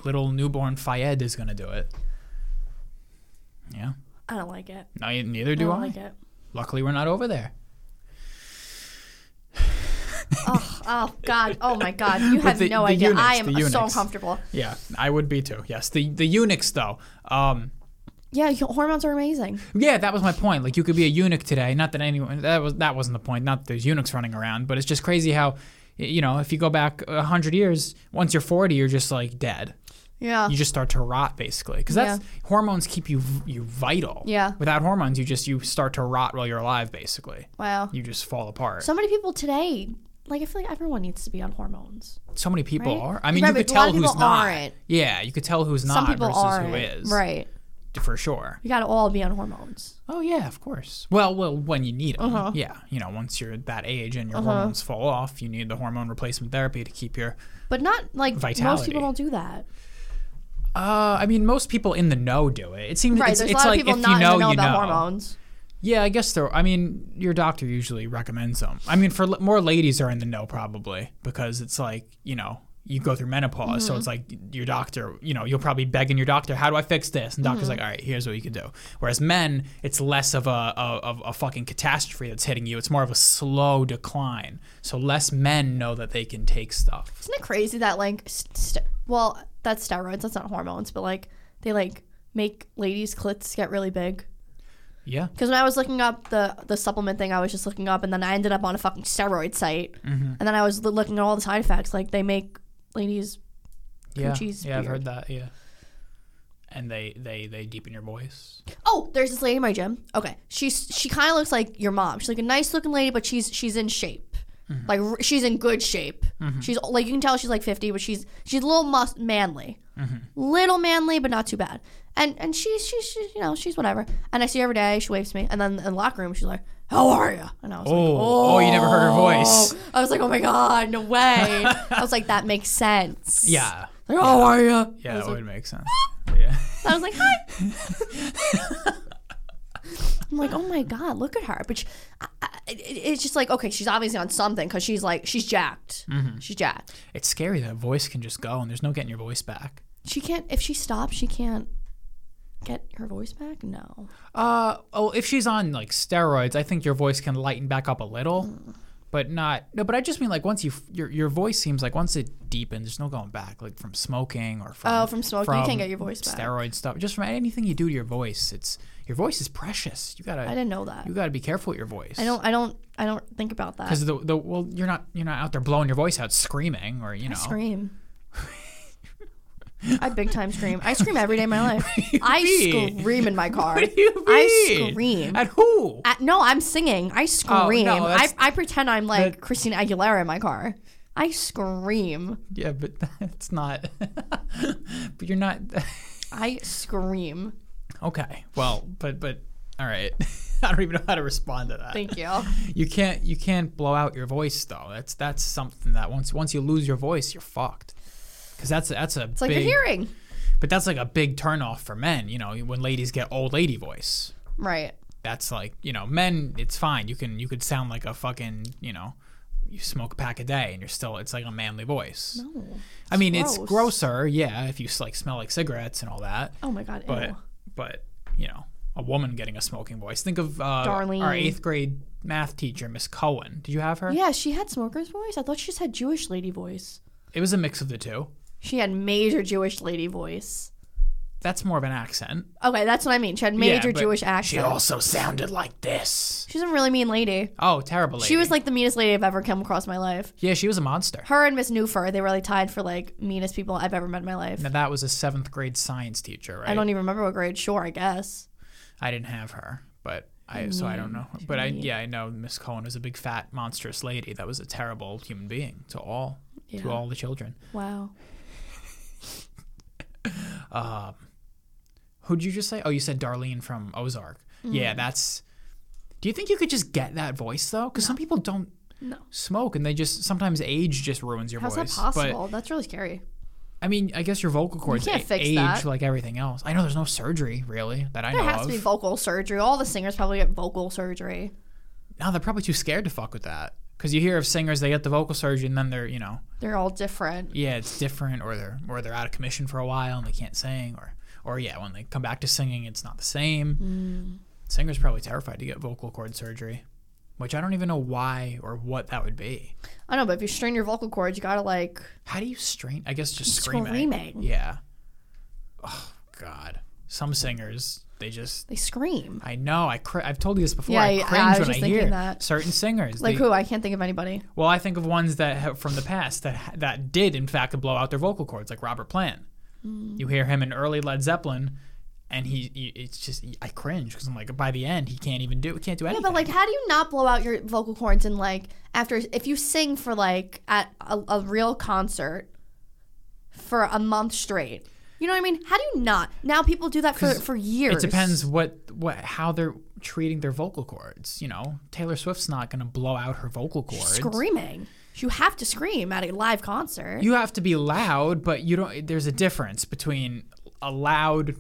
[SPEAKER 1] little newborn Fayed is gonna do it. Yeah.
[SPEAKER 2] I don't like it.
[SPEAKER 1] No, you- neither
[SPEAKER 2] Oh, I
[SPEAKER 1] do
[SPEAKER 2] don't
[SPEAKER 1] I.
[SPEAKER 2] like it.
[SPEAKER 1] Luckily, we're not over there.
[SPEAKER 2] Oh, oh God. Oh my God. You have
[SPEAKER 1] the-
[SPEAKER 2] no
[SPEAKER 1] the
[SPEAKER 2] idea. I
[SPEAKER 1] eunuchs,
[SPEAKER 2] am
[SPEAKER 1] the
[SPEAKER 2] so
[SPEAKER 1] eunuchs.
[SPEAKER 2] uncomfortable.
[SPEAKER 1] Yeah, I would be too. Yes, the the eunuchs though. Um,
[SPEAKER 2] Yeah, your hormones are amazing.
[SPEAKER 1] Yeah, that was my point. Like you could be a eunuch today. Not that anyone that was that wasn't the point. Not that there's eunuchs running around, but it's just crazy how y- you know if you go back a hundred years, once you're forty, you're just like dead.
[SPEAKER 2] Yeah.
[SPEAKER 1] You just start to rot basically because that's hormones keep you v- you vital.
[SPEAKER 2] Yeah.
[SPEAKER 1] Without hormones, you just you start to rot while you're alive. Basically,
[SPEAKER 2] wow.
[SPEAKER 1] you just fall apart. So,
[SPEAKER 2] So many people today, like I feel like everyone needs to be on hormones.
[SPEAKER 1] many people
[SPEAKER 2] Right?
[SPEAKER 1] are. I mean,
[SPEAKER 2] Right,
[SPEAKER 1] you could
[SPEAKER 2] but a lot
[SPEAKER 1] tell
[SPEAKER 2] of
[SPEAKER 1] who's
[SPEAKER 2] people
[SPEAKER 1] not.
[SPEAKER 2] aren't.
[SPEAKER 1] Yeah, you could tell who's not
[SPEAKER 2] Some people
[SPEAKER 1] versus
[SPEAKER 2] aren't.
[SPEAKER 1] who is.
[SPEAKER 2] Right.
[SPEAKER 1] For sure.
[SPEAKER 2] We gotta all be on hormones.
[SPEAKER 1] Oh yeah, of course. Well, well, when you need it,
[SPEAKER 2] Uh-huh.
[SPEAKER 1] yeah. You know, once you're that age and your hormones fall off, you need the hormone replacement therapy to keep your.
[SPEAKER 2] But not like most
[SPEAKER 1] Vitality.
[SPEAKER 2] people don't do that.
[SPEAKER 1] Uh, I mean, most people in the know do it. It seems
[SPEAKER 2] Right.
[SPEAKER 1] it's,
[SPEAKER 2] There's
[SPEAKER 1] it's
[SPEAKER 2] a lot
[SPEAKER 1] like
[SPEAKER 2] of people
[SPEAKER 1] if
[SPEAKER 2] not
[SPEAKER 1] you know,
[SPEAKER 2] even know
[SPEAKER 1] you
[SPEAKER 2] about
[SPEAKER 1] know.
[SPEAKER 2] hormones.
[SPEAKER 1] Yeah, I guess there. I mean, your doctor usually recommends them. I mean, for l- more ladies are in the know probably because it's like you know you go through menopause,
[SPEAKER 2] Mm-hmm.
[SPEAKER 1] so it's like your doctor. You know, you'll probably begging your doctor, "How do I fix this?" And
[SPEAKER 2] Mm-hmm.
[SPEAKER 1] doctor's like, "All right, here's what you can do." Whereas men, it's less of a, a of a fucking catastrophe that's hitting you. It's more of a slow decline. So less men know that they can take stuff.
[SPEAKER 2] Isn't it crazy that like, st- st- well, that's steroids. That's not hormones, but like they like make ladies' clits get really big.
[SPEAKER 1] Yeah,
[SPEAKER 2] Because when I was looking up the the supplement thing, I was just looking up, and then I ended up on a fucking steroid site,
[SPEAKER 1] Mm-hmm.
[SPEAKER 2] and then I was l- looking at all the side effects. Like they make ladies,
[SPEAKER 1] yeah,
[SPEAKER 2] Coochie's
[SPEAKER 1] yeah. I've
[SPEAKER 2] weird.
[SPEAKER 1] heard that. Yeah, and they they they deepen your voice.
[SPEAKER 2] oh, there's this lady in my gym. Okay, she's she kind of looks like your mom. She's like a nice looking lady, but she's she's in shape.
[SPEAKER 1] Mm-hmm.
[SPEAKER 2] Like r- she's in good shape. She's like
[SPEAKER 1] Mm-hmm.
[SPEAKER 2] you can tell she's like 50, but she's she's a little mus- manly, little manly, but not too bad. And and she's she's she, you know she's whatever. And I see her every day. She waves to me, and then in the locker room she's like, "How are you?" And I was like,
[SPEAKER 1] Oh, oh, you never heard her voice.
[SPEAKER 2] "Oh." I was like, "Oh my god, no
[SPEAKER 1] *laughs*
[SPEAKER 2] way!" I was like, "That makes sense."
[SPEAKER 1] Yeah.
[SPEAKER 2] Like, how are you? I
[SPEAKER 1] Yeah, that
[SPEAKER 2] was like,
[SPEAKER 1] would make sense. Yeah. *laughs*
[SPEAKER 2] I was like, hi. I'm like, oh my god, look at her. But she, I, I, it, it's just like, okay, she's obviously on something because she's like, she's jacked.
[SPEAKER 1] Mm-hmm.
[SPEAKER 2] She's jacked.
[SPEAKER 1] It's scary that voice can just go and there's no getting your voice back.
[SPEAKER 2] She can't. If she stops, she can't get her voice back. No.
[SPEAKER 1] Uh oh, if she's on like steroids, I think your voice can lighten back up a little, but not. No, but I just mean like once you your your voice seems like once it deepens, there's no going back. Like from smoking or from
[SPEAKER 2] Oh, from smoking, you can't get your voice back.
[SPEAKER 1] Steroid stuff, just from anything you do to your voice, it's your voice is precious. You gotta
[SPEAKER 2] I didn't know that.
[SPEAKER 1] you gotta be careful with your voice.
[SPEAKER 2] I don't. I don't. I don't think about that.
[SPEAKER 1] because the the well you're not you're not out there blowing your voice out screaming or you know
[SPEAKER 2] I scream. I big time scream. I scream every day of my life. I
[SPEAKER 1] mean?
[SPEAKER 2] scream in my car.
[SPEAKER 1] What do *laughs* you
[SPEAKER 2] I
[SPEAKER 1] mean?
[SPEAKER 2] scream.
[SPEAKER 1] at who
[SPEAKER 2] At, no, I'm singing. I scream. I,
[SPEAKER 1] Oh, that's-
[SPEAKER 2] I pretend I'm like
[SPEAKER 1] that-
[SPEAKER 2] Christina Aguilera in my car. I scream.
[SPEAKER 1] yeah but *laughs* that's not but you're not *laughs*
[SPEAKER 2] I scream.
[SPEAKER 1] Okay. Well, but but all right. *laughs* I don't even know how to respond to that.
[SPEAKER 2] Thank you.
[SPEAKER 1] You can't you can't blow out your voice though. That's that's something that once once you lose your voice, you're fucked. Cuz that's that's a
[SPEAKER 2] It's like
[SPEAKER 1] big
[SPEAKER 2] your hearing.
[SPEAKER 1] but that's like a big turnoff for men, you know, when ladies get old lady voice.
[SPEAKER 2] Right.
[SPEAKER 1] That's like, you know, men it's fine. You can you could sound like a fucking, you know, you smoke a pack a day and you're still it's like a manly voice.
[SPEAKER 2] Oh,
[SPEAKER 1] I mean, it's
[SPEAKER 2] gross.
[SPEAKER 1] grosser, yeah, if you s- like smell like cigarettes and all that
[SPEAKER 2] Oh my god.
[SPEAKER 1] but
[SPEAKER 2] ew.
[SPEAKER 1] but you know a woman getting a smoking voice think of uh,
[SPEAKER 2] Darlene.
[SPEAKER 1] our eighth grade math teacher miss cohen did you have her
[SPEAKER 2] Yeah, she had smoker's voice. I thought she just had Jewish lady voice.
[SPEAKER 1] it was a mix of the two
[SPEAKER 2] She had major Jewish lady voice.
[SPEAKER 1] that's more of an accent
[SPEAKER 2] Okay, that's what I mean. She had
[SPEAKER 1] Yeah,
[SPEAKER 2] major
[SPEAKER 1] but
[SPEAKER 2] Jewish
[SPEAKER 1] she
[SPEAKER 2] accent.
[SPEAKER 1] also sounded like this
[SPEAKER 2] She's a really mean lady.
[SPEAKER 1] oh terrible lady.
[SPEAKER 2] She was like the meanest lady I've ever come across in my life.
[SPEAKER 1] yeah she was a monster
[SPEAKER 2] Her and Miss Newfer, they were like tied for like meanest people I've ever met in my life.
[SPEAKER 1] now that was a seventh grade science teacher right
[SPEAKER 2] I don't even remember what grade. Sure, I guess.
[SPEAKER 1] I didn't have her but I, so I don't know, but I yeah I know Miss Cohen was a big fat monstrous lady that was a terrible human being to all
[SPEAKER 2] Yeah.
[SPEAKER 1] to all the children.
[SPEAKER 2] Wow.
[SPEAKER 1] Who'd you just say? Oh, you said Darlene from Ozark.
[SPEAKER 2] Mm.
[SPEAKER 1] Yeah, that's. Do you think you could just get that voice though? Because some people don't
[SPEAKER 2] No.
[SPEAKER 1] smoke, and they just sometimes age just ruins your
[SPEAKER 2] How's
[SPEAKER 1] voice.
[SPEAKER 2] that possible? That's really scary.
[SPEAKER 1] But I mean, I guess your vocal cords
[SPEAKER 2] can't
[SPEAKER 1] a-
[SPEAKER 2] fix
[SPEAKER 1] age
[SPEAKER 2] that.
[SPEAKER 1] like everything else. I know there's no surgery really that I
[SPEAKER 2] There
[SPEAKER 1] know
[SPEAKER 2] has
[SPEAKER 1] of.
[SPEAKER 2] to be vocal surgery. All the singers probably get vocal surgery.
[SPEAKER 1] no, they're probably too scared to fuck with that. Because you hear of singers, they get the vocal surgery, and then they're you know,
[SPEAKER 2] They're all different.
[SPEAKER 1] yeah, it's different, or they're or they're out of commission for a while and they can't sing, or or yeah, when they come back to singing, it's not the same.
[SPEAKER 2] Mm.
[SPEAKER 1] Singers probably terrified to get vocal cord surgery, which I don't even know why or what that would be.
[SPEAKER 2] I know, but if you strain your vocal cords, you gotta like
[SPEAKER 1] How do you strain? I guess just screaming.
[SPEAKER 2] screaming.
[SPEAKER 1] Yeah. Oh God. Some singers they just.
[SPEAKER 2] they scream.
[SPEAKER 1] I know. I cr- I've told you this before.
[SPEAKER 2] Yeah,
[SPEAKER 1] I
[SPEAKER 2] yeah,
[SPEAKER 1] cringe
[SPEAKER 2] I was
[SPEAKER 1] when
[SPEAKER 2] just
[SPEAKER 1] I
[SPEAKER 2] thinking
[SPEAKER 1] hear
[SPEAKER 2] that.
[SPEAKER 1] certain singers.
[SPEAKER 2] Like
[SPEAKER 1] they-
[SPEAKER 2] who? I can't think of anybody.
[SPEAKER 1] Well, I think of ones that have, from the past that ha- that did in fact blow out their vocal cords, like Robert Plant.
[SPEAKER 2] Mm.
[SPEAKER 1] You hear him in early Led Zeppelin, and he, he it's just I cringe because I'm like by the end he can't even do he can't do
[SPEAKER 2] Yeah,
[SPEAKER 1] anything.
[SPEAKER 2] but like, how do you not blow out your vocal cords and like after if you sing for like at a, a real concert for a month straight? You know what I mean? How do you not? Now people do that for
[SPEAKER 1] 'Cause
[SPEAKER 2] for years.
[SPEAKER 1] it depends what what how they're treating their vocal cords. You know, Taylor Swift's not going to blow out her vocal cords.
[SPEAKER 2] Screaming. You have to scream at a live concert.
[SPEAKER 1] You have to be loud, but you don't. There's a difference between a loud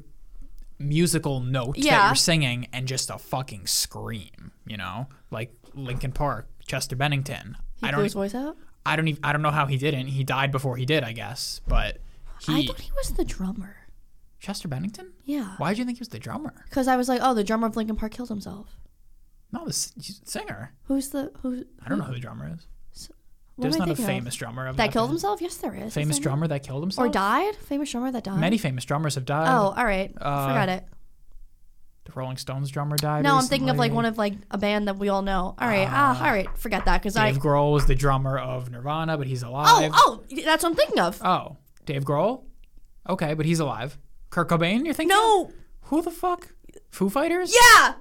[SPEAKER 1] musical note that
[SPEAKER 2] Yeah.
[SPEAKER 1] you're singing and just a fucking scream. You know, like Linkin Park, Chester Bennington.
[SPEAKER 2] he
[SPEAKER 1] I
[SPEAKER 2] blew his
[SPEAKER 1] don't. e
[SPEAKER 2] voice out.
[SPEAKER 1] I don't even. I don't know how he didn't. He died before he did, I guess. But
[SPEAKER 2] I
[SPEAKER 1] he
[SPEAKER 2] thought he was the drummer.
[SPEAKER 1] Chester Bennington.
[SPEAKER 2] Yeah.
[SPEAKER 1] Why did you think he was the drummer?
[SPEAKER 2] Because I was like, oh, the drummer of Linkin Park killed himself.
[SPEAKER 1] No, the s- he's the singer.
[SPEAKER 2] Who's the who?
[SPEAKER 1] I don't know who the drummer is.
[SPEAKER 2] What
[SPEAKER 1] There's
[SPEAKER 2] am I
[SPEAKER 1] not a
[SPEAKER 2] thinking of?
[SPEAKER 1] famous drummer of
[SPEAKER 2] that killed
[SPEAKER 1] band.
[SPEAKER 2] himself. Yes, there is.
[SPEAKER 1] famous
[SPEAKER 2] Is there not?
[SPEAKER 1] drummer that killed himself
[SPEAKER 2] or died. Famous drummer that died.
[SPEAKER 1] Many famous drummers have died.
[SPEAKER 2] oh, all right.
[SPEAKER 1] uh,
[SPEAKER 2] Forgot it.
[SPEAKER 1] The Rolling Stones drummer died.
[SPEAKER 2] No, I'm thinking of like
[SPEAKER 1] recently.
[SPEAKER 2] one of like a band that we all know. All right, ah, all right, forget that because I.
[SPEAKER 1] Dave Grohl was the drummer of Nirvana, but he's alive.
[SPEAKER 2] Oh, oh, that's what I'm thinking of.
[SPEAKER 1] Oh, Dave Grohl? Okay, but he's alive. Kurt Cobain, you're thinking?
[SPEAKER 2] No,
[SPEAKER 1] Who the fuck? Foo Fighters?
[SPEAKER 2] yeah,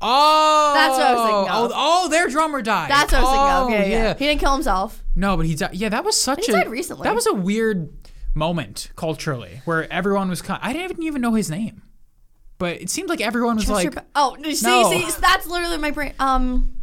[SPEAKER 1] Oh!
[SPEAKER 2] That's what I was thinking of.
[SPEAKER 1] Oh, oh, their drummer died.
[SPEAKER 2] that's what I was thinking
[SPEAKER 1] Oh,
[SPEAKER 2] of. Yeah, yeah, yeah. He didn't kill himself.
[SPEAKER 1] No, but he died. Yeah, that was such
[SPEAKER 2] he
[SPEAKER 1] a.
[SPEAKER 2] died recently.
[SPEAKER 1] That was a weird moment culturally where everyone was. Con- I didn't even know his name, but it seemed like everyone was
[SPEAKER 2] Chester
[SPEAKER 1] like,
[SPEAKER 2] Be- oh, no, see,
[SPEAKER 1] No.
[SPEAKER 2] see, that's literally my brain. Um,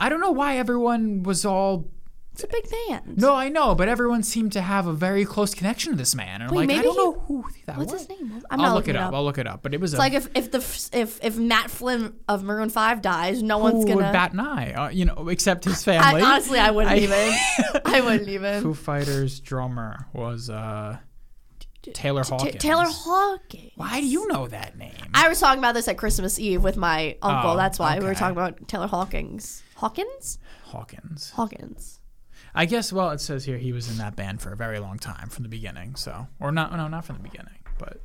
[SPEAKER 1] I don't know why everyone was all.
[SPEAKER 2] it's a big band.
[SPEAKER 1] No, I know, but everyone seemed to have a very close connection to this man, and I'm
[SPEAKER 2] Wait,
[SPEAKER 1] like, I
[SPEAKER 2] maybe
[SPEAKER 1] don't
[SPEAKER 2] he-
[SPEAKER 1] know who that
[SPEAKER 2] what's
[SPEAKER 1] was.
[SPEAKER 2] his name? I'm
[SPEAKER 1] I'll
[SPEAKER 2] not
[SPEAKER 1] look
[SPEAKER 2] looking
[SPEAKER 1] it up. I'll look it up. But it was
[SPEAKER 2] It's like if if the f- if if Matt Flynn of Maroon Five dies, no one's
[SPEAKER 1] who
[SPEAKER 2] gonna.
[SPEAKER 1] would bat an eye, uh, you know, except his
[SPEAKER 2] *laughs* I,
[SPEAKER 1] family. *laughs*
[SPEAKER 2] honestly, I wouldn't
[SPEAKER 1] I-
[SPEAKER 2] even. I wouldn't even.
[SPEAKER 1] Foo Fighters drummer was uh, Taylor
[SPEAKER 2] Ta-
[SPEAKER 1] Hawkins.
[SPEAKER 2] Taylor Hawkins.
[SPEAKER 1] Why do you know that name?
[SPEAKER 2] I was talking about this at Christmas Eve with my uncle.
[SPEAKER 1] Oh,
[SPEAKER 2] That's why we were
[SPEAKER 1] okay.
[SPEAKER 2] talking about Taylor Hawkins. Hawkins?
[SPEAKER 1] Hawkins.
[SPEAKER 2] Hawkins.
[SPEAKER 1] I guess. Well, it says here he was in that band for a very long time, from the beginning. So, or not? No, not from the beginning, but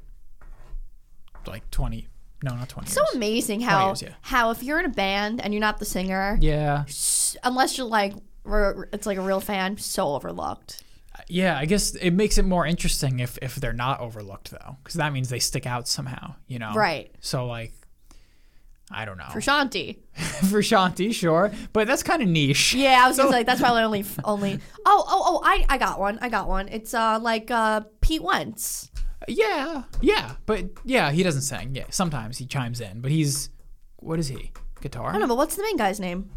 [SPEAKER 1] like twenty. No, not twenty.
[SPEAKER 2] So
[SPEAKER 1] years.
[SPEAKER 2] amazing how
[SPEAKER 1] years, yeah.
[SPEAKER 2] how if you're in a band and you're not the singer,
[SPEAKER 1] Yeah,
[SPEAKER 2] s- unless you're like r- it's like a real fan, so overlooked.
[SPEAKER 1] Oh. yeah. I guess it makes it more interesting if if they're not overlooked though, because that means they stick out somehow. You know.
[SPEAKER 2] Right.
[SPEAKER 1] So like. I don't know.
[SPEAKER 2] For Shanti.
[SPEAKER 1] *laughs* For Shanti, sure. But that's kind of niche.
[SPEAKER 2] Yeah, I
[SPEAKER 1] *laughs*
[SPEAKER 2] was gonna say that's probably only only. Oh oh oh! I I got one. I got one. It's uh like uh Pete Wentz.
[SPEAKER 1] Yeah, yeah, but yeah, he doesn't sing. Yeah, sometimes he chimes in, but he's what is he? Guitar?
[SPEAKER 2] I don't know, but what's the main guy's name?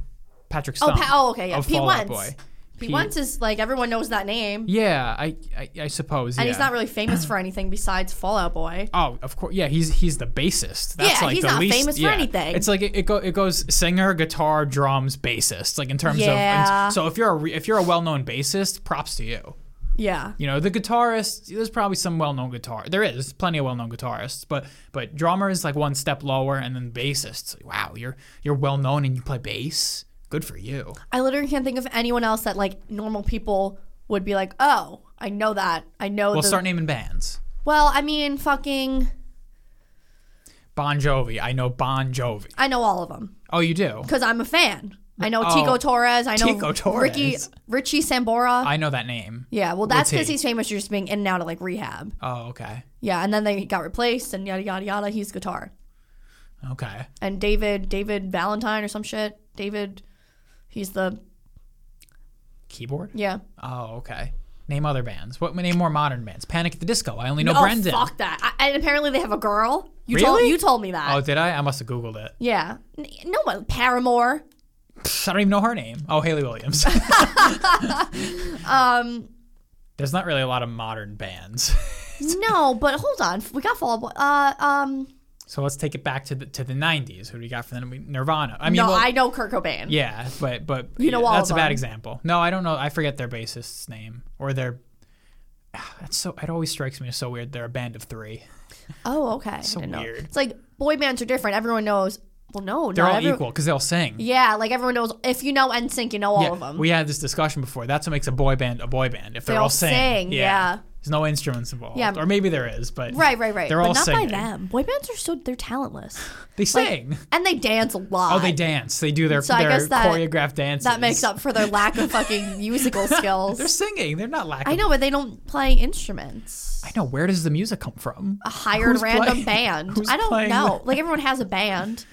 [SPEAKER 1] Patrick
[SPEAKER 2] Oh,
[SPEAKER 1] Stump.
[SPEAKER 2] pa- oh okay, yeah,
[SPEAKER 1] of
[SPEAKER 2] Pete
[SPEAKER 1] Fall Out
[SPEAKER 2] Wentz.
[SPEAKER 1] Boy.
[SPEAKER 2] Pete,
[SPEAKER 1] Pete-
[SPEAKER 2] Wentz is like everyone knows that name,
[SPEAKER 1] Yeah, I I, I suppose.
[SPEAKER 2] and
[SPEAKER 1] yeah.
[SPEAKER 2] he's not really famous for anything besides Fallout Boy.
[SPEAKER 1] Oh, of course. Yeah, he's he's the bassist. That's
[SPEAKER 2] Yeah,
[SPEAKER 1] like
[SPEAKER 2] he's
[SPEAKER 1] the
[SPEAKER 2] not
[SPEAKER 1] least,
[SPEAKER 2] famous for
[SPEAKER 1] yeah.
[SPEAKER 2] anything.
[SPEAKER 1] It's like it, it go it goes singer, guitar, drums, bassist. Like in terms of
[SPEAKER 2] Yeah.
[SPEAKER 1] and so if you're a re, if you're a well known bassist, props to you.
[SPEAKER 2] Yeah,
[SPEAKER 1] You know the guitarist. There's probably some well known guitar. There is there's plenty of well known guitarists, but but drummer is like one step lower, and then bassist. Wow, you're you're well known and you play bass. Good for you.
[SPEAKER 2] I literally can't think of anyone else that like normal people would be like, oh, I know that. I know
[SPEAKER 1] Well,
[SPEAKER 2] the.
[SPEAKER 1] start naming bands.
[SPEAKER 2] well, I mean, fucking,
[SPEAKER 1] Bon Jovi. I know Bon Jovi.
[SPEAKER 2] I know all of them
[SPEAKER 1] Oh, you do.
[SPEAKER 2] because I'm a fan. I know
[SPEAKER 1] Oh.
[SPEAKER 2] Tico Torres. I know
[SPEAKER 1] Tico Torres.
[SPEAKER 2] Ricky Richie Sambora.
[SPEAKER 1] I know that name.
[SPEAKER 2] yeah, well, that's
[SPEAKER 1] he?
[SPEAKER 2] because he's famous for just being in and out of like rehab.
[SPEAKER 1] Oh, okay,
[SPEAKER 2] Yeah, and then they got replaced and yada yada yada. He's guitar
[SPEAKER 1] okay.
[SPEAKER 2] and David David Valentine or some shit. David, he's the
[SPEAKER 1] Keyboard.
[SPEAKER 2] yeah.
[SPEAKER 1] Oh, okay. Name other bands. What? Name more modern bands. Panic at the Disco. I only know
[SPEAKER 2] oh
[SPEAKER 1] Brendan.
[SPEAKER 2] fuck that! I, and apparently they have a girl. You told
[SPEAKER 1] Really?
[SPEAKER 2] you told me that.
[SPEAKER 1] Oh, did I? I must have googled it.
[SPEAKER 2] yeah, N- no one
[SPEAKER 1] *laughs*
[SPEAKER 2] Paramore.
[SPEAKER 1] Pfft, I don't even know her name. Oh, Haley Williams.
[SPEAKER 2] *laughs* Um,
[SPEAKER 1] There's not really a lot of modern bands.
[SPEAKER 2] no, but hold on, we got Fall Out Boy. Uh, um,
[SPEAKER 1] So let's take it back to the to the '90s. Who do we got for the Nirvana? I mean,
[SPEAKER 2] no,
[SPEAKER 1] well,
[SPEAKER 2] I know Kurt Cobain.
[SPEAKER 1] yeah, but but
[SPEAKER 2] You know all
[SPEAKER 1] that's a
[SPEAKER 2] of
[SPEAKER 1] bad
[SPEAKER 2] them.
[SPEAKER 1] example. No, I don't know. I forget their bassist's name or their. ah, That's so. It always strikes me as so weird. They're a band of three.
[SPEAKER 2] Oh, okay. So
[SPEAKER 1] weird.
[SPEAKER 2] It's like boy bands are different. Everyone knows. Well, no,
[SPEAKER 1] They're
[SPEAKER 2] not
[SPEAKER 1] all
[SPEAKER 2] every-
[SPEAKER 1] equal because they'll sing.
[SPEAKER 2] Yeah, like everyone knows. If you know NSYNC, you know all
[SPEAKER 1] Yeah,
[SPEAKER 2] of them.
[SPEAKER 1] We had this discussion before. That's what makes a boy band a boy band. If they're
[SPEAKER 2] They
[SPEAKER 1] all
[SPEAKER 2] all
[SPEAKER 1] singing,
[SPEAKER 2] sing, yeah.
[SPEAKER 1] There's no instruments involved.
[SPEAKER 2] Yeah.
[SPEAKER 1] Or maybe there is, but
[SPEAKER 2] right, right, right.
[SPEAKER 1] They're
[SPEAKER 2] but
[SPEAKER 1] all
[SPEAKER 2] not
[SPEAKER 1] singing.
[SPEAKER 2] by them. Boy bands are so they're talentless,
[SPEAKER 1] They sing.
[SPEAKER 2] and they dance a lot.
[SPEAKER 1] oh, they dance. They do their,
[SPEAKER 2] So I
[SPEAKER 1] their
[SPEAKER 2] guess that-
[SPEAKER 1] choreographed dances.
[SPEAKER 2] That makes up for their lack of
[SPEAKER 1] *laughs*
[SPEAKER 2] fucking musical
[SPEAKER 1] They're
[SPEAKER 2] skills.
[SPEAKER 1] singing. They're not lacking.
[SPEAKER 2] I know, but they don't play instruments.
[SPEAKER 1] I know. Where does the music come from?
[SPEAKER 2] A hired
[SPEAKER 1] Who's playing-
[SPEAKER 2] random band.
[SPEAKER 1] who's
[SPEAKER 2] I don't
[SPEAKER 1] playing
[SPEAKER 2] know. Like everyone has a band.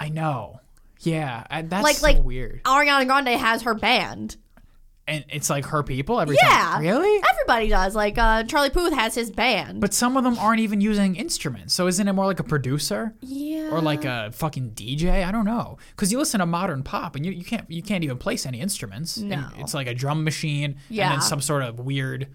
[SPEAKER 1] I know. Yeah, I, that's
[SPEAKER 2] Like
[SPEAKER 1] so
[SPEAKER 2] like
[SPEAKER 1] weird.
[SPEAKER 2] Ariana Grande has her band.
[SPEAKER 1] And it's like her people every
[SPEAKER 2] Yeah.
[SPEAKER 1] time. Really?
[SPEAKER 2] Everybody does. Like uh, Charlie Puth has his band.
[SPEAKER 1] But some of them aren't even using instruments. So isn't it more like a producer
[SPEAKER 2] yeah.
[SPEAKER 1] or like a fucking DJ? I don't know. Cuz you listen to modern pop and you, you can't you can't even place any instruments. And
[SPEAKER 2] No.
[SPEAKER 1] It's like a drum machine and
[SPEAKER 2] Yeah.
[SPEAKER 1] then some sort of weird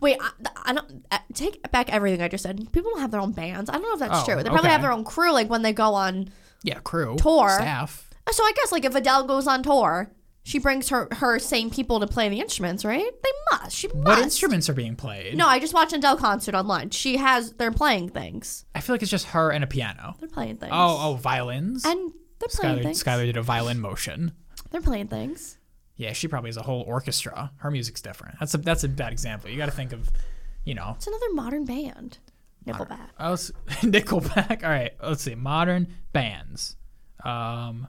[SPEAKER 2] wait. I, I don't uh, take back everything I just said. People don't have their own bands. I don't know if that's
[SPEAKER 1] Oh,
[SPEAKER 2] true. They probably
[SPEAKER 1] okay.
[SPEAKER 2] have their own crew. Like when they go on.
[SPEAKER 1] yeah, crew,
[SPEAKER 2] Tour.
[SPEAKER 1] staff.
[SPEAKER 2] So I guess like if Adele goes on tour, she brings her her same people to play the instruments, right? They must. She must.
[SPEAKER 1] What instruments are being played?
[SPEAKER 2] No, I just watched an Adele concert online. She has they're playing things.
[SPEAKER 1] I feel like it's just her and a piano.
[SPEAKER 2] They're playing things.
[SPEAKER 1] Oh, oh, violins.
[SPEAKER 2] and they're playing
[SPEAKER 1] Skylar,
[SPEAKER 2] things.
[SPEAKER 1] Skylar did a violin motion.
[SPEAKER 2] They're playing things.
[SPEAKER 1] Yeah, she probably has a whole orchestra. Her music's different. That's a that's a bad example. You got to think of, you know,
[SPEAKER 2] It's another modern band. Nickelback.
[SPEAKER 1] I was *laughs* Nickelback. All right, let's see. Modern bands, um,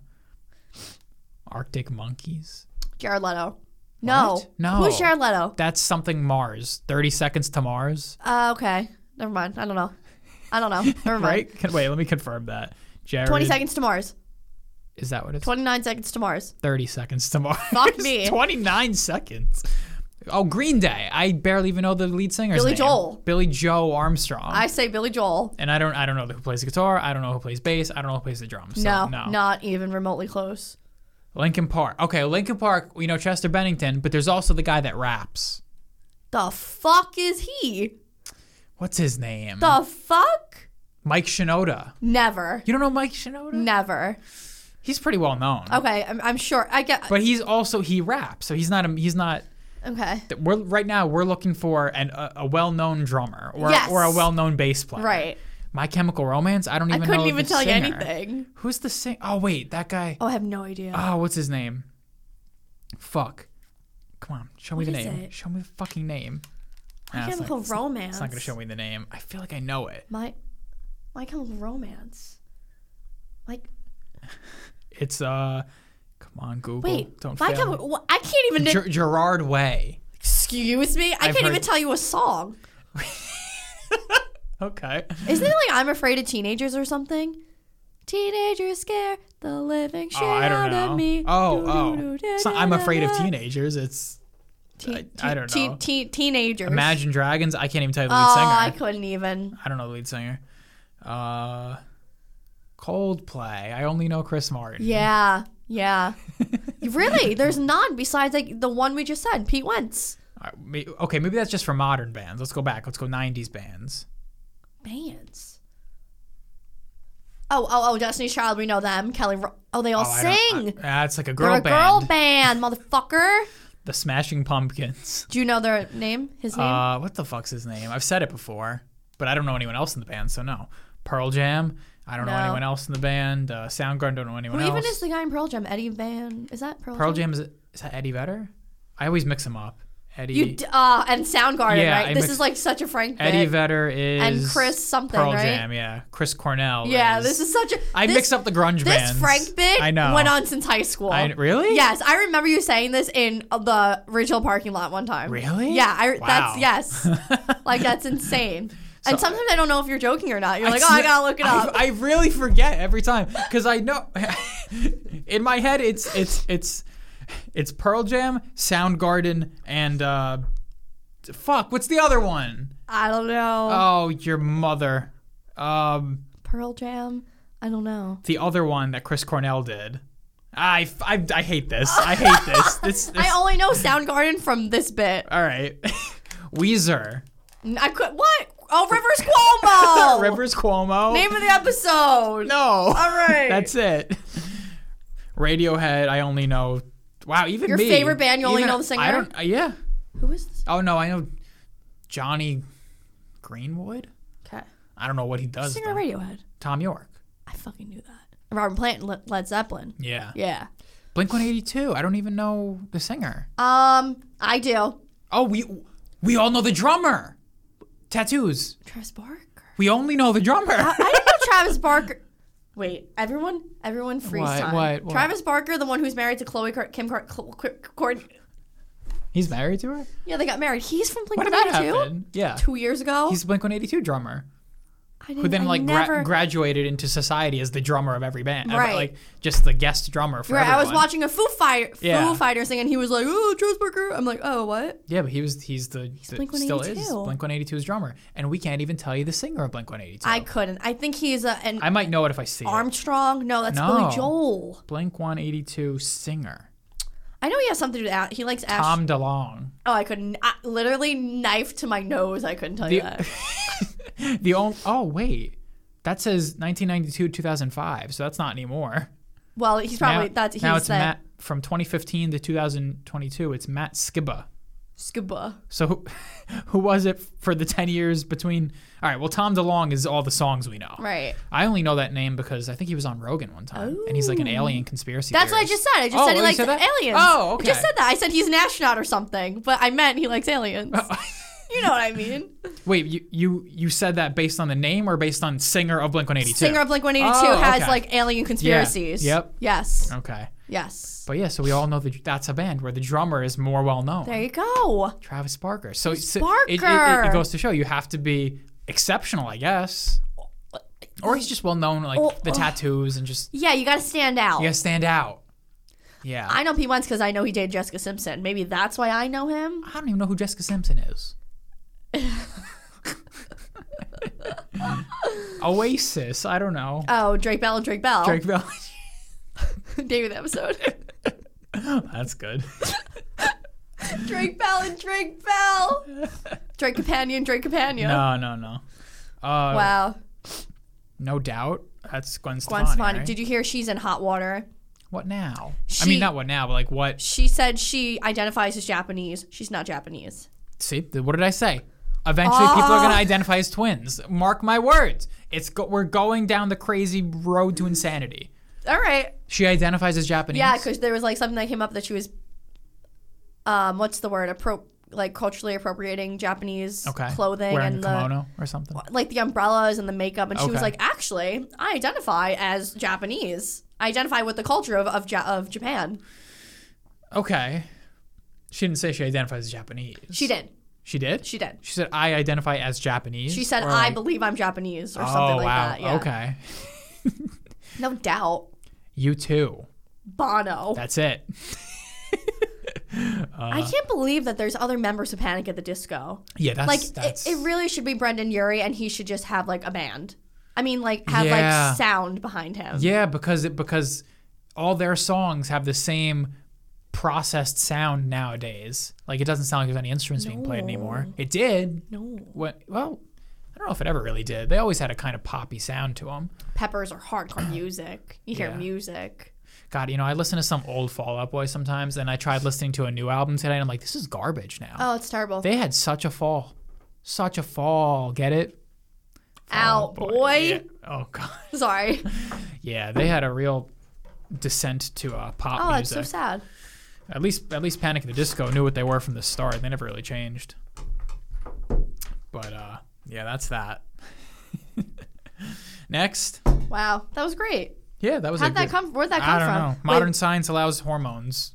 [SPEAKER 1] Arctic Monkeys.
[SPEAKER 2] Jared Leto. No.
[SPEAKER 1] What? No.
[SPEAKER 2] Who's Jared Leto?
[SPEAKER 1] That's something Mars. Thirty Seconds to Mars.
[SPEAKER 2] Uh, okay. Never mind. I don't know. I don't
[SPEAKER 1] *laughs*
[SPEAKER 2] know. Never mind.
[SPEAKER 1] Right? Can- Wait, let me confirm that. Jared,
[SPEAKER 2] Twenty seconds to Mars.
[SPEAKER 1] Is that what it's?
[SPEAKER 2] Twenty nine seconds to Mars.
[SPEAKER 1] *laughs* Thirty Seconds to Mars.
[SPEAKER 2] Fuck me.
[SPEAKER 1] Twenty nine seconds. Oh, Green Day. I barely even know the lead singer.
[SPEAKER 2] Billy Joel.
[SPEAKER 1] Billy Joe Armstrong.
[SPEAKER 2] I say Billy Joel.
[SPEAKER 1] and I don't I don't know who plays the guitar. I don't know who plays bass. I don't know who plays the drums. So,
[SPEAKER 2] No,
[SPEAKER 1] no.
[SPEAKER 2] not even remotely close.
[SPEAKER 1] Lincoln Park. Okay, Lincoln Park. We know Chester Bennington, but there's also the guy that raps.
[SPEAKER 2] The fuck is he?
[SPEAKER 1] What's his name?
[SPEAKER 2] The fuck?
[SPEAKER 1] Mike Shinoda.
[SPEAKER 2] Never.
[SPEAKER 1] You don't know Mike Shinoda?
[SPEAKER 2] Never.
[SPEAKER 1] He's pretty well known.
[SPEAKER 2] Okay, I'm, I'm sure. I get.
[SPEAKER 1] But he's also he raps, so he's not a, he's not.
[SPEAKER 2] Okay.
[SPEAKER 1] th- We're right now we're looking for an, a, a well-known drummer or
[SPEAKER 2] Yes.
[SPEAKER 1] or a well-known bass player.
[SPEAKER 2] Right.
[SPEAKER 1] My Chemical Romance. I don't
[SPEAKER 2] I
[SPEAKER 1] even. know
[SPEAKER 2] couldn't even
[SPEAKER 1] the
[SPEAKER 2] tell you
[SPEAKER 1] singer.
[SPEAKER 2] anything.
[SPEAKER 1] Who's the sing? Oh wait, that guy.
[SPEAKER 2] Oh, I have no idea.
[SPEAKER 1] Oh, what's his name? Fuck. Come on, show me
[SPEAKER 2] What
[SPEAKER 1] the
[SPEAKER 2] is
[SPEAKER 1] name.
[SPEAKER 2] it?
[SPEAKER 1] Show me the fucking name.
[SPEAKER 2] My
[SPEAKER 1] Nah, it's not-
[SPEAKER 2] Chemical
[SPEAKER 1] it's not-
[SPEAKER 2] Romance.
[SPEAKER 1] It's not gonna show me the name. I feel like I know it.
[SPEAKER 2] My, my Chemical Romance. Like,
[SPEAKER 1] It's uh, come on Google.
[SPEAKER 2] wait,
[SPEAKER 1] don't
[SPEAKER 2] my
[SPEAKER 1] fail
[SPEAKER 2] Chemical. wha- I can't even.
[SPEAKER 1] me. Ger- Gerard Way.
[SPEAKER 2] excuse me. I
[SPEAKER 1] I've
[SPEAKER 2] can't even
[SPEAKER 1] heard-
[SPEAKER 2] tell you a song.
[SPEAKER 1] Okay.
[SPEAKER 2] Isn't it like I'm afraid of teenagers or something? Teenagers scare the living shit
[SPEAKER 1] Oh, I don't
[SPEAKER 2] out
[SPEAKER 1] know.
[SPEAKER 2] of me.
[SPEAKER 1] Oh,
[SPEAKER 2] Doo, doo,
[SPEAKER 1] oh.
[SPEAKER 2] doo,
[SPEAKER 1] It's not I'm afraid of
[SPEAKER 2] da, da, da.
[SPEAKER 1] teenagers. It's
[SPEAKER 2] Teen-
[SPEAKER 1] I- I don't
[SPEAKER 2] teen-
[SPEAKER 1] know.
[SPEAKER 2] teen- teenagers.
[SPEAKER 1] Imagine Dragons. I can't even tell you the
[SPEAKER 2] Oh,
[SPEAKER 1] lead singer.
[SPEAKER 2] I
[SPEAKER 1] I, *laughs*
[SPEAKER 2] couldn't even.
[SPEAKER 1] don't know the lead singer. Uh, Coldplay. I only know Chris Martin.
[SPEAKER 2] Yeah,
[SPEAKER 1] *laughs*
[SPEAKER 2] yeah. really, there's none besides like the one we just said, Pete Wentz.
[SPEAKER 1] Uh, may- Okay, maybe that's just for modern bands. Let's go back. Let's go 90s bands.
[SPEAKER 2] Bands. Oh, oh, oh, Destiny's Child, we know them. Kelly, Ro- oh, they all
[SPEAKER 1] Oh, I don't-
[SPEAKER 2] sing.
[SPEAKER 1] I- That's like a
[SPEAKER 2] they're
[SPEAKER 1] girl
[SPEAKER 2] a
[SPEAKER 1] band.
[SPEAKER 2] girl band, motherfucker.
[SPEAKER 1] The Smashing Pumpkins.
[SPEAKER 2] Do you know their name? His name?
[SPEAKER 1] Uh, what the fuck's his name? I've said it before, but I don't know anyone else in the band, so no. Pearl Jam. I don't know
[SPEAKER 2] No.
[SPEAKER 1] anyone else in the band. Uh, Soundgarden. Don't know anyone
[SPEAKER 2] Who
[SPEAKER 1] else.
[SPEAKER 2] even is the guy in Pearl Jam? Eddie Van? Is that Pearl,
[SPEAKER 1] Pearl Jam is, is that Eddie Vedder? I always mix them up. Eddie.
[SPEAKER 2] You d- uh, and Soundgarden,
[SPEAKER 1] Yeah,
[SPEAKER 2] right?
[SPEAKER 1] I
[SPEAKER 2] this
[SPEAKER 1] mix-
[SPEAKER 2] is like such a Frank bit.
[SPEAKER 1] Eddie Vedder is
[SPEAKER 2] and Chris something,
[SPEAKER 1] Pearl
[SPEAKER 2] right?
[SPEAKER 1] Jam, yeah. Chris Cornell.
[SPEAKER 2] yeah, this is such a.
[SPEAKER 1] I
[SPEAKER 2] this,
[SPEAKER 1] mix up the grunge
[SPEAKER 2] This
[SPEAKER 1] bands.
[SPEAKER 2] Frank bit
[SPEAKER 1] I know.
[SPEAKER 2] went on since high school.
[SPEAKER 1] I- really?
[SPEAKER 2] Yes, I remember you saying this in the regional parking lot one time.
[SPEAKER 1] Really?
[SPEAKER 2] Yeah, I,
[SPEAKER 1] Wow.
[SPEAKER 2] that's yes.
[SPEAKER 1] *laughs*
[SPEAKER 2] *laughs* like that's insane. and
[SPEAKER 1] So-
[SPEAKER 2] sometimes I don't know if you're joking or not. You're
[SPEAKER 1] I
[SPEAKER 2] like, oh, I
[SPEAKER 1] sn-
[SPEAKER 2] gotta look it up.
[SPEAKER 1] I, I really forget every time because I know *laughs* in my head it's it's it's it's Pearl Jam, Soundgarden, and uh, fuck, what's the other one?
[SPEAKER 2] I, don't know.
[SPEAKER 1] Oh, your mother. Um,
[SPEAKER 2] Pearl Jam. I don't know.
[SPEAKER 1] the other one that Chris Cornell did. I, I, I hate this. I hate
[SPEAKER 2] *laughs*
[SPEAKER 1] this. This. this
[SPEAKER 2] I only
[SPEAKER 1] *laughs*
[SPEAKER 2] know Soundgarden from this bit.
[SPEAKER 1] all right. *laughs* Weezer.
[SPEAKER 2] I could what? Oh, Rivers
[SPEAKER 1] *laughs*
[SPEAKER 2] Cuomo.
[SPEAKER 1] Rivers Cuomo.
[SPEAKER 2] Name of the episode.
[SPEAKER 1] no.
[SPEAKER 2] Oh. All right.
[SPEAKER 1] That's it. Radiohead, I only know. Wow, even
[SPEAKER 2] Your
[SPEAKER 1] me.
[SPEAKER 2] favorite band, you only
[SPEAKER 1] even-
[SPEAKER 2] know the singer?
[SPEAKER 1] I don't, uh, yeah.
[SPEAKER 2] Who is this?
[SPEAKER 1] Oh no, I know Johnny Greenwood.
[SPEAKER 2] Okay.
[SPEAKER 1] I don't know what he does.
[SPEAKER 2] Singer of
[SPEAKER 1] though.
[SPEAKER 2] Radiohead.
[SPEAKER 1] Tom York.
[SPEAKER 2] I fucking knew that. And Robert Plant and Le- Led Zeppelin.
[SPEAKER 1] Yeah.
[SPEAKER 2] Yeah.
[SPEAKER 1] Blink One Eighty Two. I don't even know the singer.
[SPEAKER 2] Um, I do.
[SPEAKER 1] Oh, we we all know the drummer. Tattoos.
[SPEAKER 2] Travis Barker.
[SPEAKER 1] We only know the drummer.
[SPEAKER 2] I didn't know Travis Barker. Wait, everyone, everyone, freeze
[SPEAKER 1] What,
[SPEAKER 2] time.
[SPEAKER 1] what, what?
[SPEAKER 2] Travis Barker, the one who's married to Chloe Car- Kim Car- Cl- Cl- Cord-
[SPEAKER 1] He's married to her.
[SPEAKER 2] Yeah, they got married. He's from Blink
[SPEAKER 1] When did that
[SPEAKER 2] 182.
[SPEAKER 1] happen? Yeah.
[SPEAKER 2] Two years ago.
[SPEAKER 1] He's Blink One Eighty Two drummer.
[SPEAKER 2] I didn't,
[SPEAKER 1] who then
[SPEAKER 2] I
[SPEAKER 1] like
[SPEAKER 2] never-
[SPEAKER 1] gra- graduated into society as the drummer of every band, of,
[SPEAKER 2] Right.
[SPEAKER 1] like just the guest drummer for
[SPEAKER 2] Right, I
[SPEAKER 1] everyone.
[SPEAKER 2] was watching a Foo Fighter,
[SPEAKER 1] Yeah.
[SPEAKER 2] Foo Fighter thing, and he was like, "Oh, Travis Barker." I'm like, "Oh, what?"
[SPEAKER 1] Yeah, but he was he's the, the- still is
[SPEAKER 2] Blink-182.
[SPEAKER 1] Blink One Eighty 2's drummer, and we can't even tell you the singer of Blink One Eighty Two.
[SPEAKER 2] I
[SPEAKER 1] I,
[SPEAKER 2] couldn't. I think he's a, an
[SPEAKER 1] might know it if I see it.
[SPEAKER 2] Armstrong. No, that's
[SPEAKER 1] No.
[SPEAKER 2] Billy Joel.
[SPEAKER 1] Blink One Eighty Two singer
[SPEAKER 2] I know he has something to do with Ash. He likes Ash.
[SPEAKER 1] Tom DeLonge.
[SPEAKER 2] oh, I couldn't. I, literally knife to my nose. I couldn't tell you that.
[SPEAKER 1] The only oh wait, that says 1992 2005, so that's not anymore.
[SPEAKER 2] Well, he's probably
[SPEAKER 1] now,
[SPEAKER 2] that's he's
[SPEAKER 1] now it's
[SPEAKER 2] that
[SPEAKER 1] Matt from 2015 to 2022. It's Matt Skiba.
[SPEAKER 2] scuba.
[SPEAKER 1] So *laughs* who, who was it for the 10 years between All right, well Tom DeLonge is all the songs we know.
[SPEAKER 2] Right.
[SPEAKER 1] I only know that name because I think he was on Rogan one time and he's like an alien conspiracy
[SPEAKER 2] That's what I
[SPEAKER 1] theorist.
[SPEAKER 2] just said. I just
[SPEAKER 1] Oh,
[SPEAKER 2] said he
[SPEAKER 1] you
[SPEAKER 2] likes
[SPEAKER 1] said that?
[SPEAKER 2] aliens.
[SPEAKER 1] Oh,
[SPEAKER 2] I just
[SPEAKER 1] okay.
[SPEAKER 2] said that. I said he's an astronaut or something, but I meant he likes aliens.
[SPEAKER 1] Oh.
[SPEAKER 2] *laughs* you know what I mean?
[SPEAKER 1] *laughs* Wait, you, you you said that based on the name or based on singer of Blink-182?
[SPEAKER 2] Singer of Blink 182
[SPEAKER 1] Oh,
[SPEAKER 2] has
[SPEAKER 1] okay.
[SPEAKER 2] like alien conspiracies.
[SPEAKER 1] Yep.
[SPEAKER 2] Yes.
[SPEAKER 1] Okay.
[SPEAKER 2] Yes.
[SPEAKER 1] But yeah, so we all know that that's a band where the drummer is more well known.
[SPEAKER 2] There you go.
[SPEAKER 1] Travis Barker. So, so It, it, it,
[SPEAKER 2] Barker!
[SPEAKER 1] it goes to show you have to be exceptional, I guess. Or he's just well known like
[SPEAKER 2] Oh,
[SPEAKER 1] the tattoos and just
[SPEAKER 2] Yeah, you got to stand out.
[SPEAKER 1] you got to stand out. Yeah. I,
[SPEAKER 2] I know Pete Wentz because I know he dated Jessica Simpson. Maybe that's why I know him.
[SPEAKER 1] don't even know who Jessica Simpson
[SPEAKER 2] *laughs*
[SPEAKER 1] is. Oasis. I don't know.
[SPEAKER 2] Oh, Drake Bell and Drake Bell. *laughs*
[SPEAKER 1] Drake Bell.
[SPEAKER 2] Name of the episode.
[SPEAKER 1] *laughs*
[SPEAKER 2] *laughs*
[SPEAKER 1] That's good.
[SPEAKER 2] Drake Bell and Drake Bell.
[SPEAKER 1] *laughs*
[SPEAKER 2] Drake Companion, Drake Companion.
[SPEAKER 1] No, no, no. Uh,
[SPEAKER 2] Wow.
[SPEAKER 1] No doubt. That's Gwen Stefani.
[SPEAKER 2] Gwen Stefani.
[SPEAKER 1] right?
[SPEAKER 2] Did you hear she's in hot water?
[SPEAKER 1] what now? I
[SPEAKER 2] She-
[SPEAKER 1] mean, not what now, but like what?
[SPEAKER 2] She said she identifies as Japanese. She's not Japanese.
[SPEAKER 1] See, th- what did I say? Eventually,
[SPEAKER 2] Oh.
[SPEAKER 1] people are going to identify as twins. Mark my words. It's go- we're going down the crazy road to insanity.
[SPEAKER 2] All right.
[SPEAKER 1] She identifies as Japanese.
[SPEAKER 2] Yeah, because there was like something that came up that she was, um, what's the word? Appro- like culturally appropriating Japanese
[SPEAKER 1] okay.
[SPEAKER 2] clothing
[SPEAKER 1] wearing
[SPEAKER 2] and
[SPEAKER 1] a
[SPEAKER 2] the
[SPEAKER 1] kimono or something.
[SPEAKER 2] like the umbrellas and the makeup, and she was
[SPEAKER 1] Okay.
[SPEAKER 2] like, actually, I identify as Japanese. I identify with the culture of of, ja- of Japan.
[SPEAKER 1] Okay. She didn't say she identifies as Japanese.
[SPEAKER 2] She did.
[SPEAKER 1] She did.
[SPEAKER 2] She did.
[SPEAKER 1] She said I identify as Japanese.
[SPEAKER 2] She said,
[SPEAKER 1] Or,
[SPEAKER 2] "I
[SPEAKER 1] like-
[SPEAKER 2] believe I'm Japanese" or
[SPEAKER 1] Oh
[SPEAKER 2] something like
[SPEAKER 1] wow.
[SPEAKER 2] that. Yeah.
[SPEAKER 1] Okay.
[SPEAKER 2] No doubt.
[SPEAKER 1] You too.
[SPEAKER 2] Bono.
[SPEAKER 1] That's it.
[SPEAKER 2] I
[SPEAKER 1] uh,
[SPEAKER 2] can't believe that there's other members of Panic at the Disco.
[SPEAKER 1] Yeah. That's
[SPEAKER 2] Like
[SPEAKER 1] that's
[SPEAKER 2] it, it really should be Brendan Urie, and he should just have like a band. I mean, like have
[SPEAKER 1] Yeah.
[SPEAKER 2] like sound behind him.
[SPEAKER 1] Yeah, because it because all their songs have the same processed sound nowadays. Like it doesn't sound like there's any instruments being played anymore. It did.
[SPEAKER 2] No.
[SPEAKER 1] When, well, I don't know if it ever really did. They always had a kind of poppy sound to them.
[SPEAKER 2] Peppers are hardcore music. You hear
[SPEAKER 1] Yeah.
[SPEAKER 2] music.
[SPEAKER 1] God, you know, I listen to some old Fall Out Boy sometimes, and I tried listening to a new album today, and I'm like, this is garbage now.
[SPEAKER 2] Oh, it's terrible.
[SPEAKER 1] They had such a fall, such a fall. Get it? Fall
[SPEAKER 2] Out
[SPEAKER 1] Out
[SPEAKER 2] boy.
[SPEAKER 1] Yeah. Oh God. *laughs*
[SPEAKER 2] *laughs* Sorry.
[SPEAKER 1] Yeah, they had a real descent to uh, pop
[SPEAKER 2] Oh, that's
[SPEAKER 1] music.
[SPEAKER 2] so sad.
[SPEAKER 1] At least, at least Panic at the Disco knew what they were from the start. They never really changed. But uh, yeah, that's that. *laughs* Next,
[SPEAKER 2] Wow, that was great.
[SPEAKER 1] yeah, that was. a
[SPEAKER 2] How'd that
[SPEAKER 1] good-
[SPEAKER 2] come? Where'd that come
[SPEAKER 1] I don't
[SPEAKER 2] from?
[SPEAKER 1] know.
[SPEAKER 2] Wait,
[SPEAKER 1] Modern science allows hormones.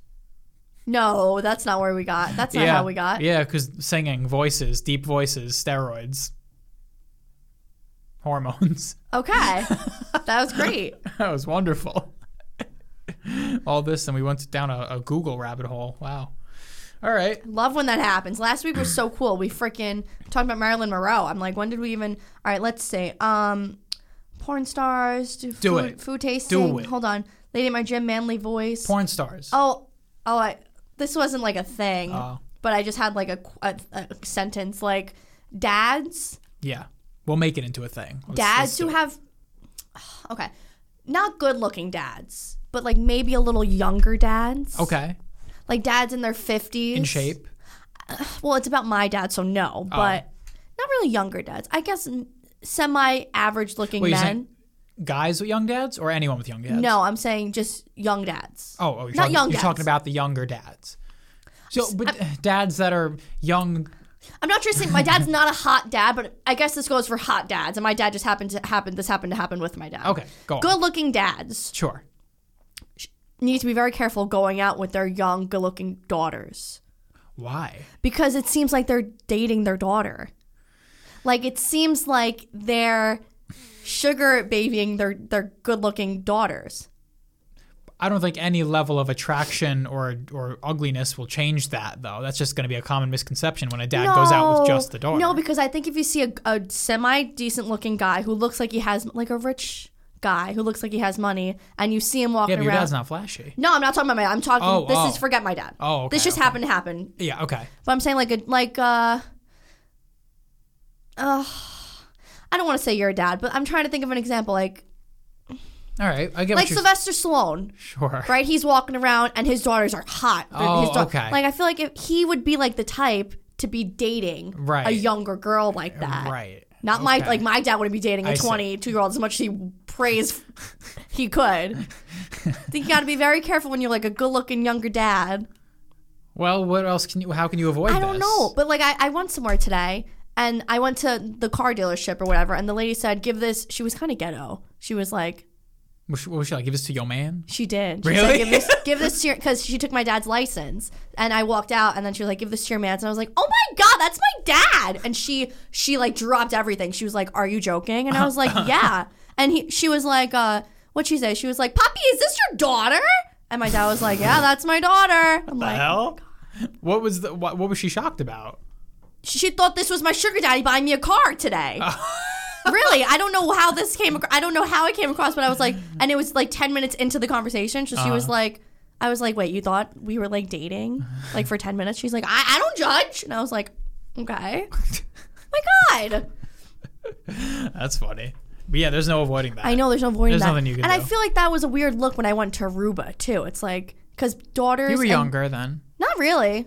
[SPEAKER 2] no, that's not where we got. That's not
[SPEAKER 1] yeah,
[SPEAKER 2] how we got.
[SPEAKER 1] Yeah, because singing, voices, deep voices, steroids, hormones. *laughs*
[SPEAKER 2] Okay, that was great.
[SPEAKER 1] that was wonderful. *laughs* All this, and we went down a, a Google rabbit hole. Wow. All right.
[SPEAKER 2] Love when that happens. Last week
[SPEAKER 1] *clears throat*
[SPEAKER 2] was so cool. We freaking talked about Marilyn Monroe. I'm like, when did we even? All right, let's see. Um, porn stars do,
[SPEAKER 1] Do
[SPEAKER 2] food,
[SPEAKER 1] it.
[SPEAKER 2] food tasting.
[SPEAKER 1] it.
[SPEAKER 2] Hold on, lady in my gym, manly voice.
[SPEAKER 1] Porn stars.
[SPEAKER 2] Oh, oh, I, this wasn't like a thing,
[SPEAKER 1] Oh.
[SPEAKER 2] but I just had like a, qu- a, a sentence like dads,
[SPEAKER 1] Yeah. We'll make it into a thing. Let's- let's
[SPEAKER 2] dads
[SPEAKER 1] do
[SPEAKER 2] who
[SPEAKER 1] it.
[SPEAKER 2] have, *sighs* okay, not good looking dads, but like maybe a little younger dads.
[SPEAKER 1] Okay.
[SPEAKER 2] like dads in their fifties
[SPEAKER 1] Oh. In shape.
[SPEAKER 2] Well, it's about my dad, so no,
[SPEAKER 1] Oh.
[SPEAKER 2] but not really younger dads. I guess semi average looking
[SPEAKER 1] Wait, you're
[SPEAKER 2] men.
[SPEAKER 1] Guys with young dads or anyone with young dads?
[SPEAKER 2] No, I'm saying just young dads.
[SPEAKER 1] Oh, oh you're,
[SPEAKER 2] Not
[SPEAKER 1] talking,
[SPEAKER 2] young
[SPEAKER 1] you're talking
[SPEAKER 2] dads.
[SPEAKER 1] about the younger dads. So, but uh, *sighs* dads that are young.
[SPEAKER 2] I'm not just saying my dad's not a hot dad, but I guess this goes for hot dads. And my dad just happened to happen. This happened to happen with my dad.
[SPEAKER 1] Okay, go on.
[SPEAKER 2] Good looking dads
[SPEAKER 1] Sure.
[SPEAKER 2] need to be very careful going out with their young, good looking daughters
[SPEAKER 1] Why?
[SPEAKER 2] because it seems like they're dating their daughter. Like it seems like they're sugar babying their their good looking daughters.
[SPEAKER 1] I don't think any level of attraction or or ugliness will change that, though. That's just going to be a common misconception when a dad goes out with just the daughter.
[SPEAKER 2] No, because I think if you see a, a semi decent looking guy who looks like he has like a rich guy who looks like he has money, and you see him walking
[SPEAKER 1] yeah, but your
[SPEAKER 2] around.
[SPEAKER 1] dad's not flashy.
[SPEAKER 2] no, I'm not talking about my. I'm talking.
[SPEAKER 1] Oh,
[SPEAKER 2] this
[SPEAKER 1] oh.
[SPEAKER 2] is forget my dad.
[SPEAKER 1] Oh, okay,
[SPEAKER 2] this just
[SPEAKER 1] okay.
[SPEAKER 2] happened to happen.
[SPEAKER 1] Yeah. Okay.
[SPEAKER 2] But I'm saying like a like uh. Uh, I don't want to say you're a dad, but I'm trying to think of an example like
[SPEAKER 1] All right. I get
[SPEAKER 2] like
[SPEAKER 1] what you're
[SPEAKER 2] Sylvester Stallone,
[SPEAKER 1] sure.
[SPEAKER 2] *laughs* right? He's walking around and his daughters are hot. They're-
[SPEAKER 1] Oh,
[SPEAKER 2] his dau-
[SPEAKER 1] okay.
[SPEAKER 2] Like I feel like if he would be like the type to be dating a
[SPEAKER 1] Right.
[SPEAKER 2] younger girl like that,
[SPEAKER 1] Right.
[SPEAKER 2] Not my
[SPEAKER 1] Okay.
[SPEAKER 2] like my dad wouldn't be dating
[SPEAKER 1] I
[SPEAKER 2] a
[SPEAKER 1] see.
[SPEAKER 2] 22 year old as much as he prays he could. I
[SPEAKER 1] *laughs*
[SPEAKER 2] think you got to be very careful when you're like a good looking younger dad.
[SPEAKER 1] Well, what else can you? How can you avoid?
[SPEAKER 2] I don't
[SPEAKER 1] this?
[SPEAKER 2] know, but like I, I went somewhere today and I went to the car dealership or whatever, and the lady said, "Give this." She was kind of ghetto. She was like,
[SPEAKER 1] What should, what should I give this to your man?
[SPEAKER 2] She did. She
[SPEAKER 1] Really?
[SPEAKER 2] Said,
[SPEAKER 1] *laughs*
[SPEAKER 2] give this, give this to your, because she took my dad's license, and I walked out, and then she was like, "Give this to your man," and I was like, "Oh my god, that's my dad!" And she, she like dropped everything. She was like, "Are you joking?" And I
[SPEAKER 1] *laughs*
[SPEAKER 2] was like, "Yeah." And he, she was like, uh, "What she say?" She was like, "Puppy, is this your daughter?" And my dad was like, "Yeah, that's my daughter." I'm
[SPEAKER 1] The
[SPEAKER 2] like,
[SPEAKER 1] hell? What was the what, what was she shocked about?
[SPEAKER 2] she she thought this was my sugar daddy buying me a
[SPEAKER 1] *laughs*
[SPEAKER 2] car today. really, I don't know how this came. Ac- I don't know how it came across, but I was like, and it was like ten minutes into the conversation, so she
[SPEAKER 1] Uh-huh.
[SPEAKER 2] was like, I was like, wait, you thought we were like dating, like for ten minutes? She's like, I, I don't judge, and I was like,
[SPEAKER 1] *laughs*
[SPEAKER 2] okay, my God,
[SPEAKER 1] That's funny. But yeah, there's no avoiding that.
[SPEAKER 2] I know there's no avoiding
[SPEAKER 1] There's
[SPEAKER 2] that,
[SPEAKER 1] nothing you can
[SPEAKER 2] and I
[SPEAKER 1] do.
[SPEAKER 2] feel like that was a weird look when I went to Aruba too. It's like because daughters,
[SPEAKER 1] You were
[SPEAKER 2] and-
[SPEAKER 1] younger then.
[SPEAKER 2] not really,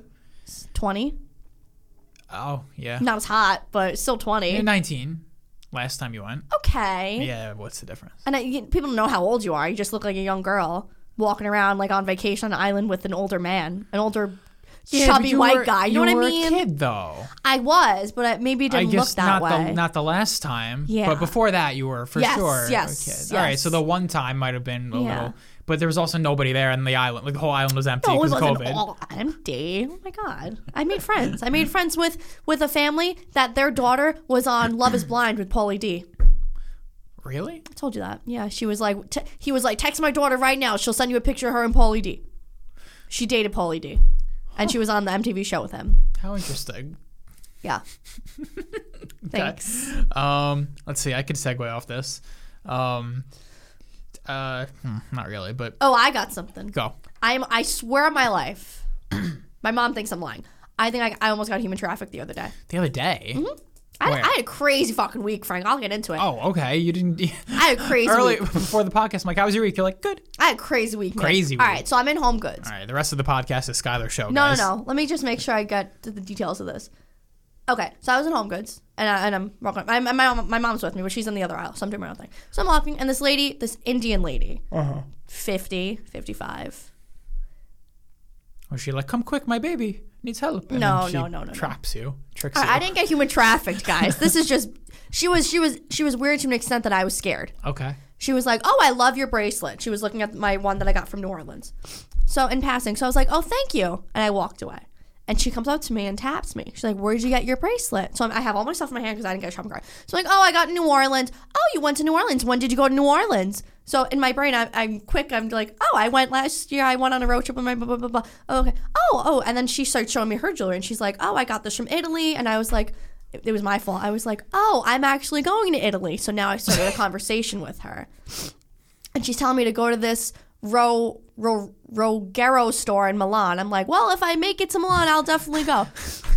[SPEAKER 2] twenty,
[SPEAKER 1] Oh yeah,
[SPEAKER 2] not as hot, but still
[SPEAKER 1] you're
[SPEAKER 2] twenty.
[SPEAKER 1] 19. Last time you
[SPEAKER 2] Oh.
[SPEAKER 1] went.
[SPEAKER 2] Okay,
[SPEAKER 1] Yeah, what's the difference?
[SPEAKER 2] And I, you- people don't know how old you are. You just look like a young girl walking around like on vacation on an island with an older man, an older chubby white guy. You, know what I mean?
[SPEAKER 1] a kid though.
[SPEAKER 2] I was, but I, maybe it
[SPEAKER 1] I
[SPEAKER 2] didn't look
[SPEAKER 1] guess
[SPEAKER 2] that
[SPEAKER 1] not
[SPEAKER 2] way.
[SPEAKER 1] the not the last time.
[SPEAKER 2] Yeah.
[SPEAKER 1] But before that, you were for
[SPEAKER 2] Yes,
[SPEAKER 1] sure
[SPEAKER 2] yes,
[SPEAKER 1] a kid. All right,
[SPEAKER 2] yes.
[SPEAKER 1] so the one time might have been a
[SPEAKER 2] Yeah.
[SPEAKER 1] little, but there was also nobody there, and the island, like the whole island was empty
[SPEAKER 2] no, it
[SPEAKER 1] because of
[SPEAKER 2] wasn't
[SPEAKER 1] COVID.
[SPEAKER 2] all empty. Oh my god! I made friends. I made friends with with a family that their daughter was on Love Is Blind with Paulie D.
[SPEAKER 1] really?
[SPEAKER 2] I told you that. Yeah, she was like, t- he was like, text my daughter right now. She'll send you a picture of her and Paulie D. She dated Paulie D, and she was on the MTV show with him.
[SPEAKER 1] How interesting. *laughs*
[SPEAKER 2] Yeah. Thanks.
[SPEAKER 1] Um, let's see. I could segue off this. Um, uh, hmm, not really, but
[SPEAKER 2] Oh, I got something.
[SPEAKER 1] go.
[SPEAKER 2] I'm. I swear on my life. *clears throat* my mom thinks I'm lying. I think I, I almost got human trafficked the other day.
[SPEAKER 1] The other day.
[SPEAKER 2] Mm-hmm. I,
[SPEAKER 1] Where?
[SPEAKER 2] I had a crazy fucking week, Frank. I'll get into it.
[SPEAKER 1] Oh, okay. You didn't *laughs*
[SPEAKER 2] I had a crazy
[SPEAKER 1] early
[SPEAKER 2] week.
[SPEAKER 1] before the podcast. I'm like, how was your week? You're like, good.
[SPEAKER 2] I had a crazy week. man.
[SPEAKER 1] Crazy
[SPEAKER 2] All
[SPEAKER 1] week.
[SPEAKER 2] right, so I'm in Home Goods.
[SPEAKER 1] All right. The rest of the podcast is Skylar's show.
[SPEAKER 2] No,
[SPEAKER 1] guys.
[SPEAKER 2] no, no. Let me just make sure I get to the details of this. Okay, so I was in Home Goods, and, I, and I'm walking. I'm, and my, my mom's with me, but she's in the other aisle, so I'm doing my own thing. So I'm walking, and this lady, this Indian lady, uh-huh. 50, 55.
[SPEAKER 1] Was she like, come quick, my baby needs help? And
[SPEAKER 2] No,
[SPEAKER 1] then she
[SPEAKER 2] no, no, no, no.
[SPEAKER 1] Traps you, tricks
[SPEAKER 2] I,
[SPEAKER 1] you.
[SPEAKER 2] I didn't get human trafficked, guys. this is just she was she was she was weird to an extent that I was scared.
[SPEAKER 1] Okay.
[SPEAKER 2] She was like, "Oh, I love your bracelet." She was looking at my one that I got from New Orleans. So in passing, so I was like, "Oh, thank you," and I walked away. And she comes up to me and taps me. She's like, "Where'd you get your bracelet?" So I'm, I have all my stuff in my hand because I didn't get a shopping cart. So I'm like, "Oh, I got in New Orleans." Oh, you went to New Orleans. When did you go to New Orleans? So in my brain, I'm, I'm quick. I'm like, "Oh, I went last year. I went on a road trip with my blah blah blah blah." Oh, okay. Oh, oh, and then she starts showing me her jewelry, and she's like, "Oh, I got this from Italy," and I was like it it was my fault. I was like, oh, I'm actually going to Italy. So now I started a conversation with her. And she's telling me to go to this Ro, Ro, Rogero store in Milan. I'm like, well, if I make it to Milan, I'll definitely go.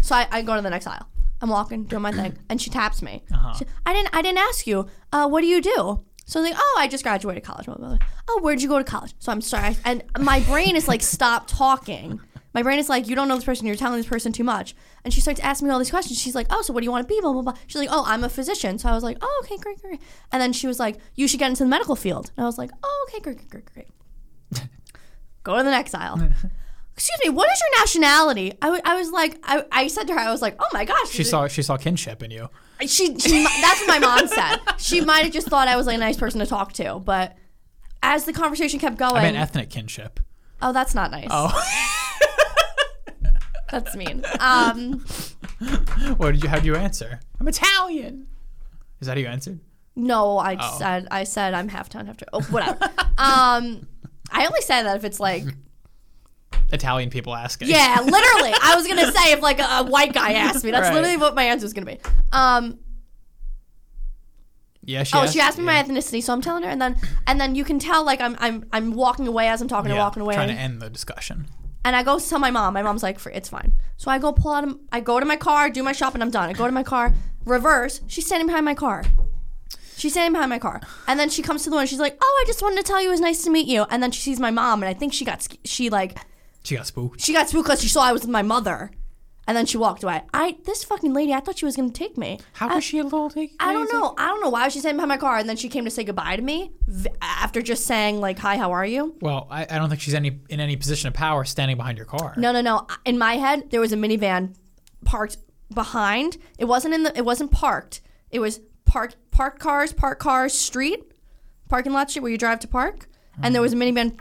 [SPEAKER 2] So I, I go to the next aisle. I'm walking, doing my thing, and she taps me. She- I didn't, I didn't ask you. Uh, what do you do? So I was like, oh, I just graduated college. Blah, blah, blah. Oh, where'd you go to college? So I'm sorry, I- and my brain is like, *laughs* stop talking. My brain is like, you don't know this person. You're telling this person too much. And she starts asking me all these questions. She's like, oh, so what do you want to be? Blah blah blah. She's like, oh, I'm a physician. So I was like, oh, okay, great, great. great." And then she was like, you should get into the medical field. And I was like, oh, okay, great, great, great, great.
[SPEAKER 1] *laughs*
[SPEAKER 2] Go to the next aisle. Excuse me, what is your nationality? I wa- I was like, I, I said to her, I was like, oh my gosh,
[SPEAKER 1] She saw she saw kinship in you.
[SPEAKER 2] she, she mi- that's what my mom said. She might have just thought I was like a nice person to talk to, but as the conversation kept going,
[SPEAKER 1] I meant ethnic kinship.
[SPEAKER 2] oh, that's not nice.
[SPEAKER 1] Oh, *laughs*
[SPEAKER 2] That's mean. Um,
[SPEAKER 1] what did you? How would you answer? I'm Italian. Is that how you answered?
[SPEAKER 2] no, I
[SPEAKER 1] Oh.
[SPEAKER 2] said I said I'm half ton, half ton. Oh, whatever. *laughs* um, I only say that if it's like
[SPEAKER 1] Italian people asking.
[SPEAKER 2] yeah, literally. I was gonna say if like a, a white guy asked me, that's
[SPEAKER 1] Right.
[SPEAKER 2] literally what my answer was gonna be. Um,
[SPEAKER 1] Yeah. She
[SPEAKER 2] Oh,
[SPEAKER 1] asked,
[SPEAKER 2] she asked me
[SPEAKER 1] yeah.
[SPEAKER 2] my ethnicity, so I'm telling her, and then and then you can tell like I'm I'm I'm walking away as I'm talking and
[SPEAKER 1] Yeah,
[SPEAKER 2] walking away.
[SPEAKER 1] Trying to end the discussion.
[SPEAKER 2] And I go tell my mom. My mom's like, "For- "It's fine." So I go pull out. a- I go to my car, do my shopping. I'm done. I go to my car, reverse. She's standing behind my car. She's standing behind my car, and then she comes to the window. She's like, "Oh, I just wanted to tell you it was nice to meet you." And then she sees my mom, and I think she got sk- she like
[SPEAKER 1] She got spooked.
[SPEAKER 2] she got spooked because she saw I was with my mother, and then she walked away. I this fucking lady. I thought she was gonna take me.
[SPEAKER 1] How was she a little taken?
[SPEAKER 2] I don't know. I don't know why she standing behind my car, and then she came to say goodbye to me v- after just saying like, "Hi, how are you?"
[SPEAKER 1] Well, I, I don't think she's any in any position of power standing behind your car.
[SPEAKER 2] No, no, no. In my head, there was a minivan parked behind. It wasn't in the. It wasn't parked. It was parked. Parked cars. Parked cars. Street. Parking lot street where you drive to park. And there was a minivan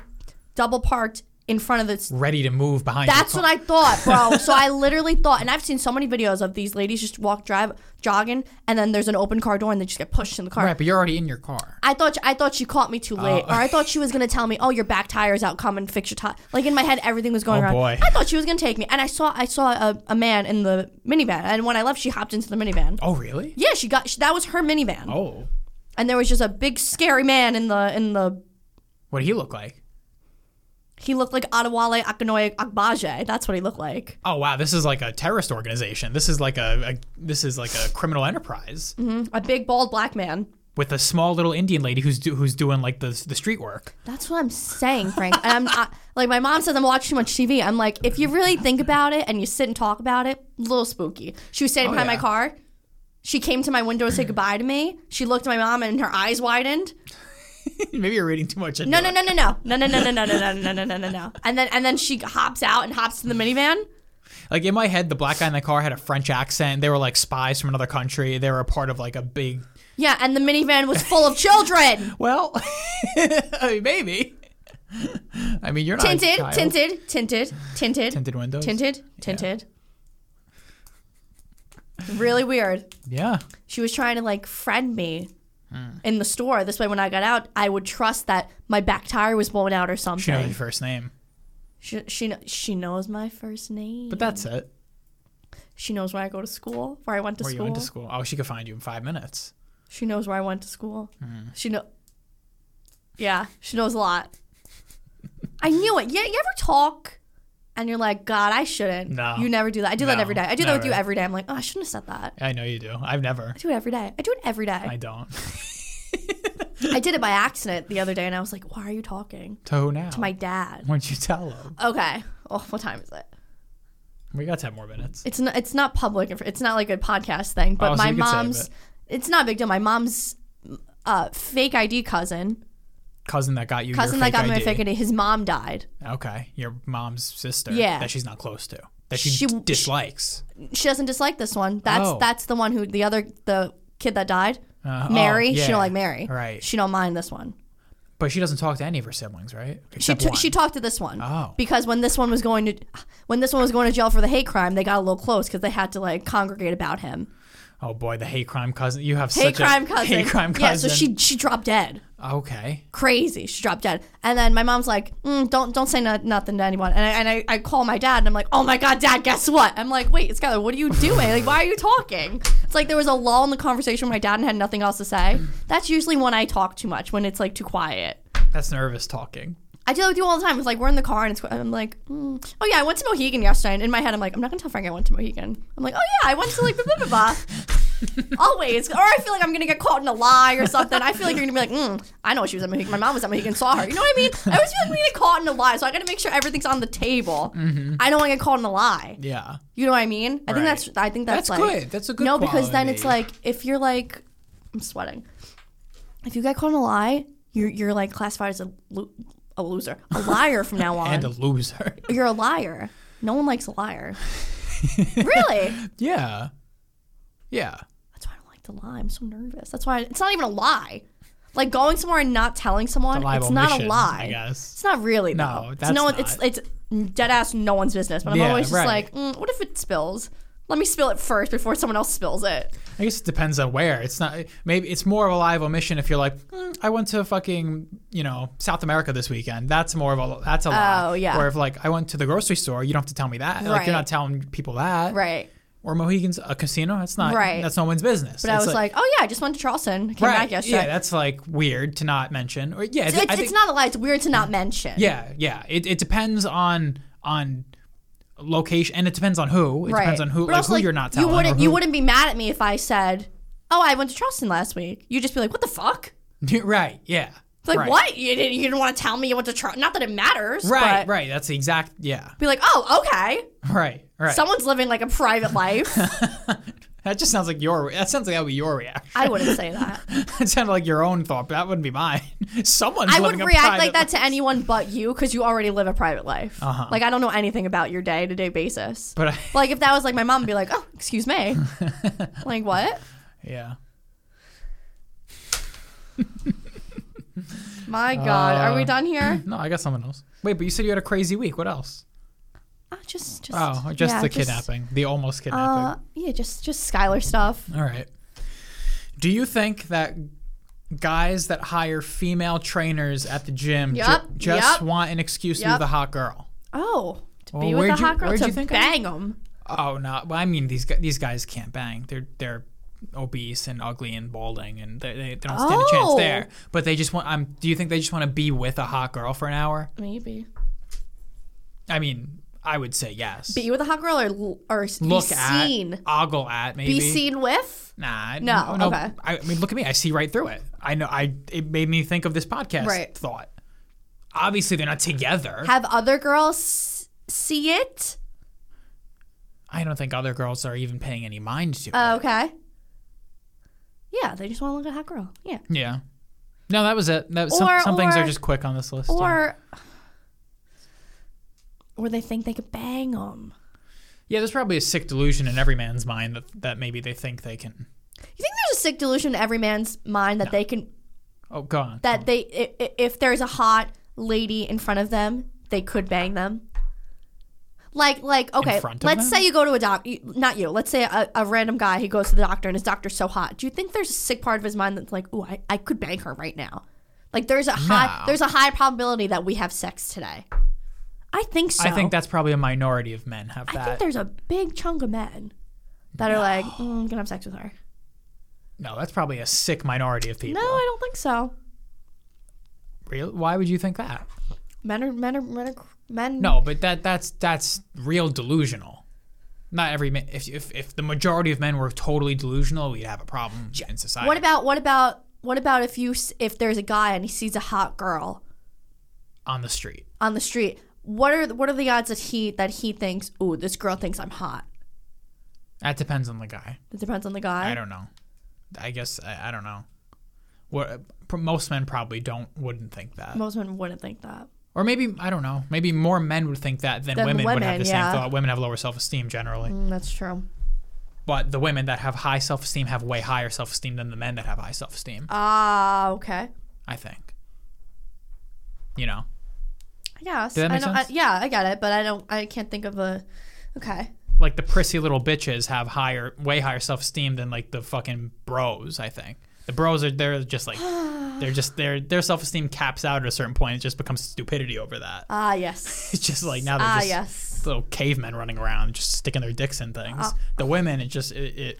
[SPEAKER 2] double parked in front of this.
[SPEAKER 1] ready to move behind. your
[SPEAKER 2] That's
[SPEAKER 1] car.
[SPEAKER 2] what I thought, bro. so I literally thought, and I've seen so many videos of these ladies just walk, drive, jogging, and then there's an open car door, and they just get pushed in the car.
[SPEAKER 1] Right, but you're already in your car.
[SPEAKER 2] I thought I thought she caught me too
[SPEAKER 1] Oh.
[SPEAKER 2] late, or I thought she was gonna tell me, "Oh, your back tire's out. Come and fix your tire." Like in my head, everything was going
[SPEAKER 1] Oh,
[SPEAKER 2] wrong.
[SPEAKER 1] boy.
[SPEAKER 2] I thought she was gonna take me, and I saw I saw a, a man in the minivan, and when I left, she hopped into the minivan.
[SPEAKER 1] Oh, really?
[SPEAKER 2] Yeah, she got she, that was her minivan,
[SPEAKER 1] Oh,
[SPEAKER 2] and there was just a big scary man in the in the.
[SPEAKER 1] what did he look like?
[SPEAKER 2] He looked like Adewale Akinoye Akbaje. That's what he looked like.
[SPEAKER 1] Oh wow, this is like a terrorist organization. This is like a, a this is like a criminal enterprise
[SPEAKER 2] A big bald black man.
[SPEAKER 1] with a small little Indian lady who's do, who's doing like the the street work. *laughs*
[SPEAKER 2] That's what I'm saying, Frank. And I'm not, like my mom says I'm watching too much TV. I'm like, if you really think about it and you sit and talk about it, a little spooky. She was standing behind
[SPEAKER 1] Oh, yeah.
[SPEAKER 2] my car. She came to my window to say goodbye to me. She looked at my mom and her eyes widened.
[SPEAKER 1] Maybe you're reading too much into
[SPEAKER 2] No,
[SPEAKER 1] it.
[SPEAKER 2] no, no, no, no, no, no, no, no, no, no, no, no, no, no, no. And then and then she hops out and hops in the minivan.
[SPEAKER 1] Like in my head, the black guy in the car had a French accent. They were like spies from another country. They were a part of like a big.
[SPEAKER 2] Yeah, and the minivan was full
[SPEAKER 1] *laughs*
[SPEAKER 2] of children.
[SPEAKER 1] Well, I mean, maybe. *laughs* I mean, you're not a
[SPEAKER 2] Tinted,
[SPEAKER 1] child.
[SPEAKER 2] tinted, tinted, tinted,
[SPEAKER 1] tinted windows.
[SPEAKER 2] tinted, tinted. Really weird.
[SPEAKER 1] Yeah.
[SPEAKER 2] she was trying to like friend me
[SPEAKER 1] Hmm.
[SPEAKER 2] in the store. This way, when I got out, I would trust that my back tire was blown out or
[SPEAKER 1] She knows your
[SPEAKER 2] something.
[SPEAKER 1] first name,
[SPEAKER 2] She she, kn- she knows my first name.
[SPEAKER 1] but that's it.
[SPEAKER 2] she knows where I go to school, where I went to
[SPEAKER 1] Where you
[SPEAKER 2] school.
[SPEAKER 1] went to school? Oh, she could find you in five minutes.
[SPEAKER 2] She knows where I went to school.
[SPEAKER 1] Hmm.
[SPEAKER 2] She know. Yeah, she knows a lot. *laughs* I knew it. Yeah, you ever talk, and you're like, God, I shouldn't.
[SPEAKER 1] No.
[SPEAKER 2] you never do that. I do that
[SPEAKER 1] No,
[SPEAKER 2] every day. I do that with you
[SPEAKER 1] never.
[SPEAKER 2] every day. I'm like, oh, I shouldn't have said that.
[SPEAKER 1] I know you do. I've never.
[SPEAKER 2] I do it every day. I do it every day.
[SPEAKER 1] I don't. *laughs*
[SPEAKER 2] I did it by accident the other day, and I was like, Why are you talking
[SPEAKER 1] to who now?
[SPEAKER 2] to my dad?
[SPEAKER 1] What'd you tell him?
[SPEAKER 2] Okay. Oh, what time is it?
[SPEAKER 1] We got ten more minutes.
[SPEAKER 2] It's not. It's not public. inf- It's not like a podcast thing. But
[SPEAKER 1] Oh, so
[SPEAKER 2] my
[SPEAKER 1] you could save
[SPEAKER 2] mom's.
[SPEAKER 1] it.
[SPEAKER 2] It's not a big deal. My mom's uh, fake ID cousin,
[SPEAKER 1] Cousin that got you.
[SPEAKER 2] cousin
[SPEAKER 1] your
[SPEAKER 2] that got me my
[SPEAKER 1] ID.
[SPEAKER 2] fake ID. His mom died.
[SPEAKER 1] Okay, your mom's sister.
[SPEAKER 2] Yeah.
[SPEAKER 1] That she's not close to. That she,
[SPEAKER 2] She-
[SPEAKER 1] d- dislikes.
[SPEAKER 2] She doesn't dislike this one. That's
[SPEAKER 1] Oh.
[SPEAKER 2] that's the one who the other the kid that died.
[SPEAKER 1] Uh, oh,
[SPEAKER 2] Mary. She
[SPEAKER 1] yeah.
[SPEAKER 2] don't like Mary.
[SPEAKER 1] Right.
[SPEAKER 2] She don't mind this one.
[SPEAKER 1] But she doesn't talk to any of her siblings, right?
[SPEAKER 2] She,
[SPEAKER 1] Except
[SPEAKER 2] t-
[SPEAKER 1] one.
[SPEAKER 2] she talked to this one
[SPEAKER 1] Oh.
[SPEAKER 2] because when this one was going to when this one was going to jail for the hate crime, they got a little close because they had to like congregate about him.
[SPEAKER 1] oh boy, the hate crime cousin. You have such
[SPEAKER 2] Hate crime
[SPEAKER 1] a
[SPEAKER 2] cousin.
[SPEAKER 1] hate crime cousin.
[SPEAKER 2] Yeah. So she she dropped dead.
[SPEAKER 1] Okay.
[SPEAKER 2] crazy. She dropped dead. And then my mom's like, mm, don't don't say no, nothing to anyone. And I, and I, I call my dad and I'm like, oh my God, dad, guess what? I'm like, wait, Skylar, what are you doing? Like, why are you talking? It's like there was a lull in the conversation with my dad and had nothing else to say. That's usually when I talk too much, when it's like too quiet.
[SPEAKER 1] That's nervous talking.
[SPEAKER 2] I deal with you all the time. It's like we're in the car and it's, I'm like, mm. oh yeah, I went to Mohegan yesterday. And in my head, I'm like, I'm not gonna tell Frank I went to Mohegan. I'm like, oh yeah, I went to like blah blah blah. blah." Always, or I feel like I'm gonna get caught in a lie or something. I feel like you're gonna be like, mm, I know she was at Mohegan. My mom was at Mohegan, saw her. You know what I mean? I always feel like we get caught in a lie, so I gotta make sure everything's on the table. I don't want to get caught in a lie.
[SPEAKER 1] Yeah.
[SPEAKER 2] You know what I mean? I
[SPEAKER 1] Right.
[SPEAKER 2] think that's I think that's,
[SPEAKER 1] That's
[SPEAKER 2] like
[SPEAKER 1] good. That's a good
[SPEAKER 2] No, because then it's
[SPEAKER 1] quality.
[SPEAKER 2] like if you're like I'm sweating. If you get caught in a lie, you're you're like classified as a lo- a loser, a
[SPEAKER 1] *laughs*
[SPEAKER 2] liar from now on.
[SPEAKER 1] And a loser. *laughs*
[SPEAKER 2] you're a liar. No one likes a liar. really?
[SPEAKER 1] yeah. Yeah.
[SPEAKER 2] That's why I don't like to lie. I'm so nervous. That's why I, it's not even a lie. Like going somewhere and not telling someone,
[SPEAKER 1] Liable
[SPEAKER 2] it's not
[SPEAKER 1] mission,
[SPEAKER 2] a lie.
[SPEAKER 1] I guess.
[SPEAKER 2] It's not really
[SPEAKER 1] No,
[SPEAKER 2] though. It's
[SPEAKER 1] that's
[SPEAKER 2] no,
[SPEAKER 1] not.
[SPEAKER 2] It's it's dead ass no one's business. But I'm
[SPEAKER 1] Yeah,
[SPEAKER 2] always just
[SPEAKER 1] right.
[SPEAKER 2] like, mm, what if it spills? Let me spill it first before someone else spills it.
[SPEAKER 1] I guess it depends on where. It's not maybe it's more of a live omission if you're like, "Mm, I went to fucking you know South America this weekend. That's more of a that's a lie.
[SPEAKER 2] Oh, yeah.
[SPEAKER 1] Or if like I went to the grocery store, you don't have to tell me that. Like
[SPEAKER 2] Right.
[SPEAKER 1] you're not telling people that.
[SPEAKER 2] Right.
[SPEAKER 1] Or Mohegan's a casino. That's not
[SPEAKER 2] Right.
[SPEAKER 1] That's no one's business.
[SPEAKER 2] But I was like, oh yeah, I just went to Charleston. Came
[SPEAKER 1] right.
[SPEAKER 2] back yesterday.
[SPEAKER 1] Yeah, that's like weird to not mention. Or yeah,
[SPEAKER 2] it's,
[SPEAKER 1] I
[SPEAKER 2] it's,
[SPEAKER 1] think-
[SPEAKER 2] it's not a lie. It's weird to not mention.
[SPEAKER 1] Yeah, yeah. It, it depends on on location, and it depends on who. It
[SPEAKER 2] Right.
[SPEAKER 1] depends on who
[SPEAKER 2] But
[SPEAKER 1] like
[SPEAKER 2] also,
[SPEAKER 1] who you're not telling.
[SPEAKER 2] You
[SPEAKER 1] or
[SPEAKER 2] wouldn't. You
[SPEAKER 1] who-
[SPEAKER 2] wouldn't be mad at me if I said, oh, I went to Charleston last week. You'd just be like, what the fuck?
[SPEAKER 1] *laughs* Right. Yeah.
[SPEAKER 2] It's like
[SPEAKER 1] right.
[SPEAKER 2] what? You didn't. You didn't want to tell me you went to Charleston. Not that it matters.
[SPEAKER 1] Right.
[SPEAKER 2] But
[SPEAKER 1] Right. That's the exact. Yeah.
[SPEAKER 2] Be like, oh, okay.
[SPEAKER 1] Right. Right.
[SPEAKER 2] Someone's living like a private
[SPEAKER 1] *laughs*
[SPEAKER 2] life.
[SPEAKER 1] That just sounds like your. That sounds like that would be your reaction. *laughs*
[SPEAKER 2] I wouldn't say that.
[SPEAKER 1] It sounded like your own thought, but that wouldn't be mine. *laughs* Someone's.
[SPEAKER 2] I would
[SPEAKER 1] living a
[SPEAKER 2] react
[SPEAKER 1] private
[SPEAKER 2] like that to anyone but you because you already live a private life.
[SPEAKER 1] Uh-huh.
[SPEAKER 2] Like I don't know anything about your day to day basis.
[SPEAKER 1] But I,
[SPEAKER 2] like if that was like my mom would be like, oh,
[SPEAKER 1] *laughs*
[SPEAKER 2] excuse me. like what?
[SPEAKER 1] yeah.
[SPEAKER 2] My God, are we done here?
[SPEAKER 1] Uh. *laughs* No, I got someone else. Wait, but you said you had a crazy week. What else?
[SPEAKER 2] Uh, just, just
[SPEAKER 1] Oh, just
[SPEAKER 2] yeah,
[SPEAKER 1] the kidnapping, the almost kidnapping.
[SPEAKER 2] Uh, yeah, just just Skylar stuff.
[SPEAKER 1] All right. Do you think that guys that hire female trainers at the gym ju-
[SPEAKER 2] Yup,
[SPEAKER 1] just
[SPEAKER 2] yup,
[SPEAKER 1] want an excuse to be
[SPEAKER 2] yup.
[SPEAKER 1] with a hot girl?
[SPEAKER 2] Oh, to
[SPEAKER 1] Well,
[SPEAKER 2] be with a
[SPEAKER 1] where'd you-
[SPEAKER 2] hot girl
[SPEAKER 1] where'd you
[SPEAKER 2] to
[SPEAKER 1] think I-
[SPEAKER 2] bang them.
[SPEAKER 1] Oh no! Well, I mean these guys, these guys can't bang. They're they're obese and ugly and balding, and they, they don't stand a chance
[SPEAKER 2] Oh.
[SPEAKER 1] there. But they just want. I'm. Do you think they just want to be with a hot girl for an hour?
[SPEAKER 2] Maybe
[SPEAKER 1] I mean, I would say yes.
[SPEAKER 2] be with a hot girl or l- or s-
[SPEAKER 1] Look
[SPEAKER 2] be
[SPEAKER 1] at,
[SPEAKER 2] seen,
[SPEAKER 1] ogle at, maybe.
[SPEAKER 2] be seen with.
[SPEAKER 1] Nah, I-
[SPEAKER 2] No,
[SPEAKER 1] no.
[SPEAKER 2] okay.
[SPEAKER 1] I mean, look at me. I see right through it. I know. I it made me think of this podcast
[SPEAKER 2] Right.
[SPEAKER 1] thought. Obviously, they're not together.
[SPEAKER 2] Have other girls s- see it?
[SPEAKER 1] I don't think other girls are even paying any mind to
[SPEAKER 2] Uh, okay. Yeah, they just want to look at a hot girl. Yeah.
[SPEAKER 1] it. Yeah. No, that was it. That some,
[SPEAKER 2] Or-
[SPEAKER 1] some things
[SPEAKER 2] or-
[SPEAKER 1] are just quick on this list. yeah.
[SPEAKER 2] Or or they think they could bang them.
[SPEAKER 1] yeah, there's probably a sick delusion in every man's mind that, that maybe they think they can.
[SPEAKER 2] You think there's a sick delusion in every man's mind that they can
[SPEAKER 1] Oh, go on.
[SPEAKER 2] that they i- i- if there's a hot lady in front of them, they could bang them. Like like okay,
[SPEAKER 1] front of
[SPEAKER 2] let's
[SPEAKER 1] them?
[SPEAKER 2] say you go to a doc, you- not you. Let's say a, a random guy he goes to the doctor and his doctor's so hot. Do you think there's a sick part of his mind that's like, "Ooh, I, I could bang her right now." Like there's a high
[SPEAKER 1] No.
[SPEAKER 2] there's a high probability that we have sex today. I think so.
[SPEAKER 1] I think that's probably a minority of men have
[SPEAKER 2] I think
[SPEAKER 1] that.
[SPEAKER 2] there's a big chunk of men that are like, mm, I'm gonna have sex with her.
[SPEAKER 1] No, that's probably a sick minority of
[SPEAKER 2] No,
[SPEAKER 1] people.
[SPEAKER 2] I don't think so.
[SPEAKER 1] Real? Why would you think that?
[SPEAKER 2] Men are men are men are men.
[SPEAKER 1] No, but that that's that's real delusional. Not every man. If if if the majority of men were totally delusional, we'd have a problem in society.
[SPEAKER 2] What about what about what about if you s- if there's a guy and he sees a hot girl
[SPEAKER 1] on the street?
[SPEAKER 2] on the street? What are the- what are the odds that he that he thinks, ooh, this girl thinks I'm hot?
[SPEAKER 1] That depends on the guy.
[SPEAKER 2] It depends on the
[SPEAKER 1] I
[SPEAKER 2] guy.
[SPEAKER 1] don't know. I guess I, I don't know. What pr- most men probably don't wouldn't think that,
[SPEAKER 2] Most men wouldn't think that.
[SPEAKER 1] or maybe I don't know. Maybe more men would think that than
[SPEAKER 2] Than
[SPEAKER 1] women, would have
[SPEAKER 2] women,
[SPEAKER 1] the
[SPEAKER 2] yeah.
[SPEAKER 1] same thought. Women have lower self esteem generally,
[SPEAKER 2] Mm, that's true.
[SPEAKER 1] but the women that have high self esteem have way higher self esteem than the men that have high self esteem.
[SPEAKER 2] Ah, okay.
[SPEAKER 1] I think. You know.
[SPEAKER 2] Yes.
[SPEAKER 1] Did that make
[SPEAKER 2] I don't, I-
[SPEAKER 1] sense?
[SPEAKER 2] yeah, I get it, but I don't. I can't think of a. Okay.
[SPEAKER 1] like the prissy little bitches have higher, way higher self esteem than like the fucking bros. I think the bros are they're just
[SPEAKER 2] *sighs*
[SPEAKER 1] like they're just their their self esteem caps out at a certain point. It just becomes stupidity over that.
[SPEAKER 2] Ah,
[SPEAKER 1] *laughs*
[SPEAKER 2] yes.
[SPEAKER 1] It's just like now they're
[SPEAKER 2] ah,
[SPEAKER 1] just
[SPEAKER 2] yes. Ah.
[SPEAKER 1] little cavemen running around, just sticking their dicks in things. the women, it just it,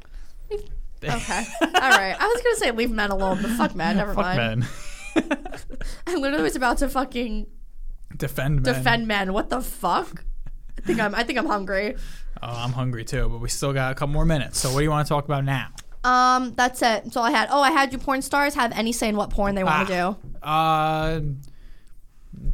[SPEAKER 1] it
[SPEAKER 2] *laughs*
[SPEAKER 1] *laughs*
[SPEAKER 2] Okay. All right. I was gonna say leave men alone, but fuck men. Never
[SPEAKER 1] fuck
[SPEAKER 2] mind.
[SPEAKER 1] men *laughs*
[SPEAKER 2] I literally was about to fucking
[SPEAKER 1] defend men.
[SPEAKER 2] defend men. What the fuck? I think I'm. I think I'm hungry.
[SPEAKER 1] Oh, I'm hungry too, but we still got a couple more minutes. So what do you want to talk about now?
[SPEAKER 2] Um, that's it. That's all I had. Oh, I had you porn stars have any say in what porn they want to
[SPEAKER 1] Ah.
[SPEAKER 2] do.
[SPEAKER 1] Uh,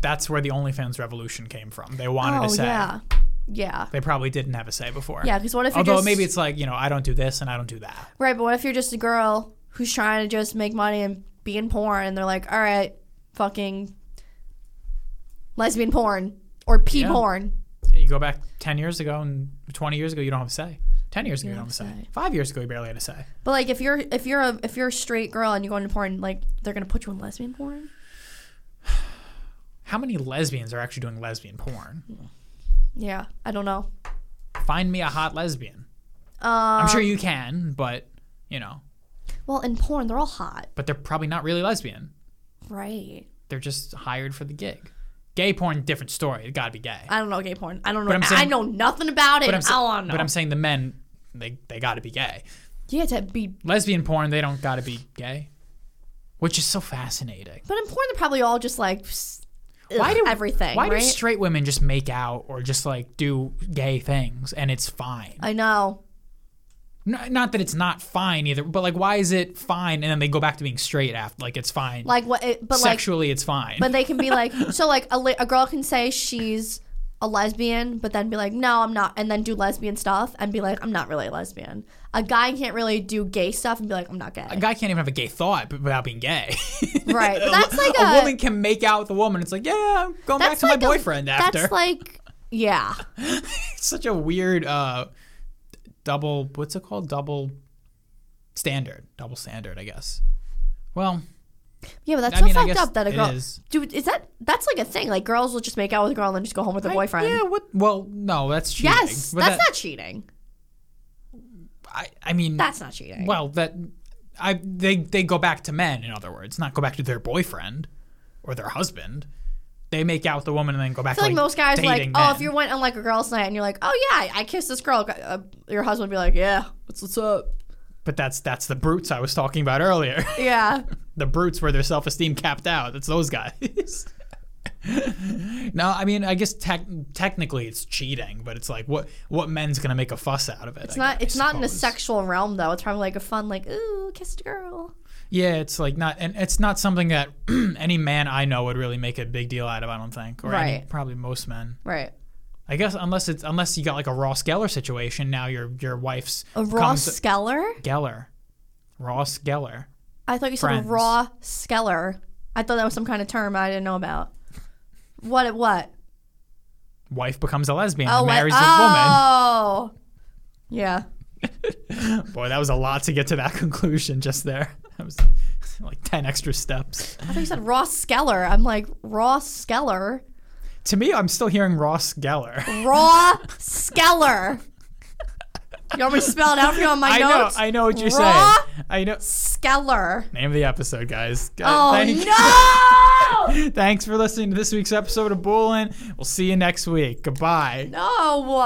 [SPEAKER 1] that's where the OnlyFans revolution came from. They wanted
[SPEAKER 2] Oh
[SPEAKER 1] to say.
[SPEAKER 2] yeah, yeah,
[SPEAKER 1] They probably didn't have a say before.
[SPEAKER 2] yeah. Because what if you're
[SPEAKER 1] Although
[SPEAKER 2] just
[SPEAKER 1] maybe it's like, you know, I don't do this and I don't do that.
[SPEAKER 2] right? But what if you're just a girl who's trying to just make money and be in porn, and they're like, all right, fucking lesbian porn or pee
[SPEAKER 1] Yeah.
[SPEAKER 2] porn.
[SPEAKER 1] You go back 10 years ago and 20 years ago, you don't have a say. 10 years ago, you, don't have a say. Five years ago, you barely had a say.
[SPEAKER 2] But like, if you're if you're a if you're a straight girl and you go into porn, like they're gonna put you in lesbian porn.
[SPEAKER 1] How many lesbians are actually doing lesbian porn?
[SPEAKER 2] Yeah, I don't know.
[SPEAKER 1] Find me a hot lesbian.
[SPEAKER 2] Um,
[SPEAKER 1] I'm sure you can, but, you know,
[SPEAKER 2] well, in porn, they're all hot,
[SPEAKER 1] but they're probably not really lesbian.
[SPEAKER 2] right?
[SPEAKER 1] They're just hired for the gig. Gay porn, different story. It gotta be gay.
[SPEAKER 2] I don't know gay porn. I don't know.
[SPEAKER 1] But I'm
[SPEAKER 2] I- I
[SPEAKER 1] saying-
[SPEAKER 2] know nothing about it.
[SPEAKER 1] but, I'm sa-
[SPEAKER 2] I don't know.
[SPEAKER 1] but I'm saying the men, they, they gotta be gay.
[SPEAKER 2] yeah, to be.
[SPEAKER 1] Lesbian porn, they don't gotta be gay, which is so fascinating.
[SPEAKER 2] But in porn, they're probably all just like. Why
[SPEAKER 1] Why do
[SPEAKER 2] everything?
[SPEAKER 1] Why
[SPEAKER 2] right?
[SPEAKER 1] do straight women just make out or just like do gay things and it's fine?
[SPEAKER 2] I know.
[SPEAKER 1] N- not that it's not fine either, but like why is it fine and then they go back to being straight after? Like it's fine.
[SPEAKER 2] Like what? It, but
[SPEAKER 1] Sexually, it's fine.
[SPEAKER 2] like, but they can
[SPEAKER 1] *laughs*
[SPEAKER 2] be like. So like a, li- a girl can say she's a lesbian, but then be like, no, I'm not, and then do lesbian stuff and be like, I'm not really a lesbian. A guy can't really do gay stuff and be like, I'm not
[SPEAKER 1] a
[SPEAKER 2] gay.
[SPEAKER 1] guy can't even have a gay thought b- without being gay. *laughs*
[SPEAKER 2] Right. But that's like a,
[SPEAKER 1] woman can make out with a woman. It's like, yeah, I'm going back
[SPEAKER 2] that's
[SPEAKER 1] to
[SPEAKER 2] like
[SPEAKER 1] my
[SPEAKER 2] a-
[SPEAKER 1] boyfriend after.
[SPEAKER 2] That's like. Yeah.
[SPEAKER 1] it's *laughs* such a weird uh, double, what's it called? Double standard. Double standard, I guess. Well,
[SPEAKER 2] Yeah, but that's
[SPEAKER 1] I
[SPEAKER 2] so
[SPEAKER 1] mean, I
[SPEAKER 2] fucked
[SPEAKER 1] guess
[SPEAKER 2] up that a
[SPEAKER 1] it
[SPEAKER 2] girl.
[SPEAKER 1] is.
[SPEAKER 2] Dude, is that that's like a thing? Like girls will just make out with a girl and then just go home with their boyfriend.
[SPEAKER 1] I, yeah. What? Well, no, that's cheating.
[SPEAKER 2] yes,
[SPEAKER 1] But
[SPEAKER 2] that's
[SPEAKER 1] that-
[SPEAKER 2] not cheating.
[SPEAKER 1] I, I mean,
[SPEAKER 2] That's not cheating.
[SPEAKER 1] well, that I they they go back to men. In other words, not go back to their boyfriend or their husband. They make out with the woman and then go back.
[SPEAKER 2] I feel like,
[SPEAKER 1] to,
[SPEAKER 2] most guys are like,
[SPEAKER 1] dating
[SPEAKER 2] oh,
[SPEAKER 1] men.
[SPEAKER 2] if you went on like a girls' night and you're like, oh yeah, I, I kissed this girl, uh, your husband would be like, yeah, what's what's up?
[SPEAKER 1] But that's that's the brutes I was talking about earlier. *laughs*
[SPEAKER 2] Yeah,
[SPEAKER 1] the brutes where their self esteem capped out. It's those guys. *laughs* no, I mean, I guess tec- technically it's cheating, but it's like what what men's gonna make a fuss out of it?
[SPEAKER 2] it's not it's not in a sexual realm though. It's probably like a fun like, ooh, kissed a girl.
[SPEAKER 1] Yeah, it's like not, and it's not something that *clears throat* any man I know would really make a big deal out of. I don't think, or any,
[SPEAKER 2] Right.
[SPEAKER 1] probably most men.
[SPEAKER 2] Right.
[SPEAKER 1] I guess unless it's unless you got like a Ross Geller situation. Now your your wife's
[SPEAKER 2] A raw
[SPEAKER 1] comes-
[SPEAKER 2] skeller?
[SPEAKER 1] Geller, Ross Geller.
[SPEAKER 2] I thought you said
[SPEAKER 1] Friends.
[SPEAKER 2] raw skeller. I thought that was some kind of term I didn't know about. What what?
[SPEAKER 1] Wife becomes a lesbian
[SPEAKER 2] Oh,
[SPEAKER 1] and
[SPEAKER 2] what?
[SPEAKER 1] marries
[SPEAKER 2] oh. Yeah.
[SPEAKER 1] this woman. Boy, that was a lot to get to that *laughs* conclusion just there. That was like ten extra steps.
[SPEAKER 2] I thought you said Ross Skeller. I'm like, Raw Skeller?
[SPEAKER 1] to me, I'm still hearing Ross Geller.
[SPEAKER 2] Raw Skeller. You want me to spell it out for you on my
[SPEAKER 1] *laughs* I know,
[SPEAKER 2] notes?
[SPEAKER 1] I know what you're
[SPEAKER 2] Raw
[SPEAKER 1] saying. I know.
[SPEAKER 2] Skeller.
[SPEAKER 1] Name of the episode, guys.
[SPEAKER 2] Oh,
[SPEAKER 1] Thank-
[SPEAKER 2] no!
[SPEAKER 1] *laughs* Thanks for listening to this week's episode of Bullin. We'll see you next week. Goodbye.
[SPEAKER 2] No.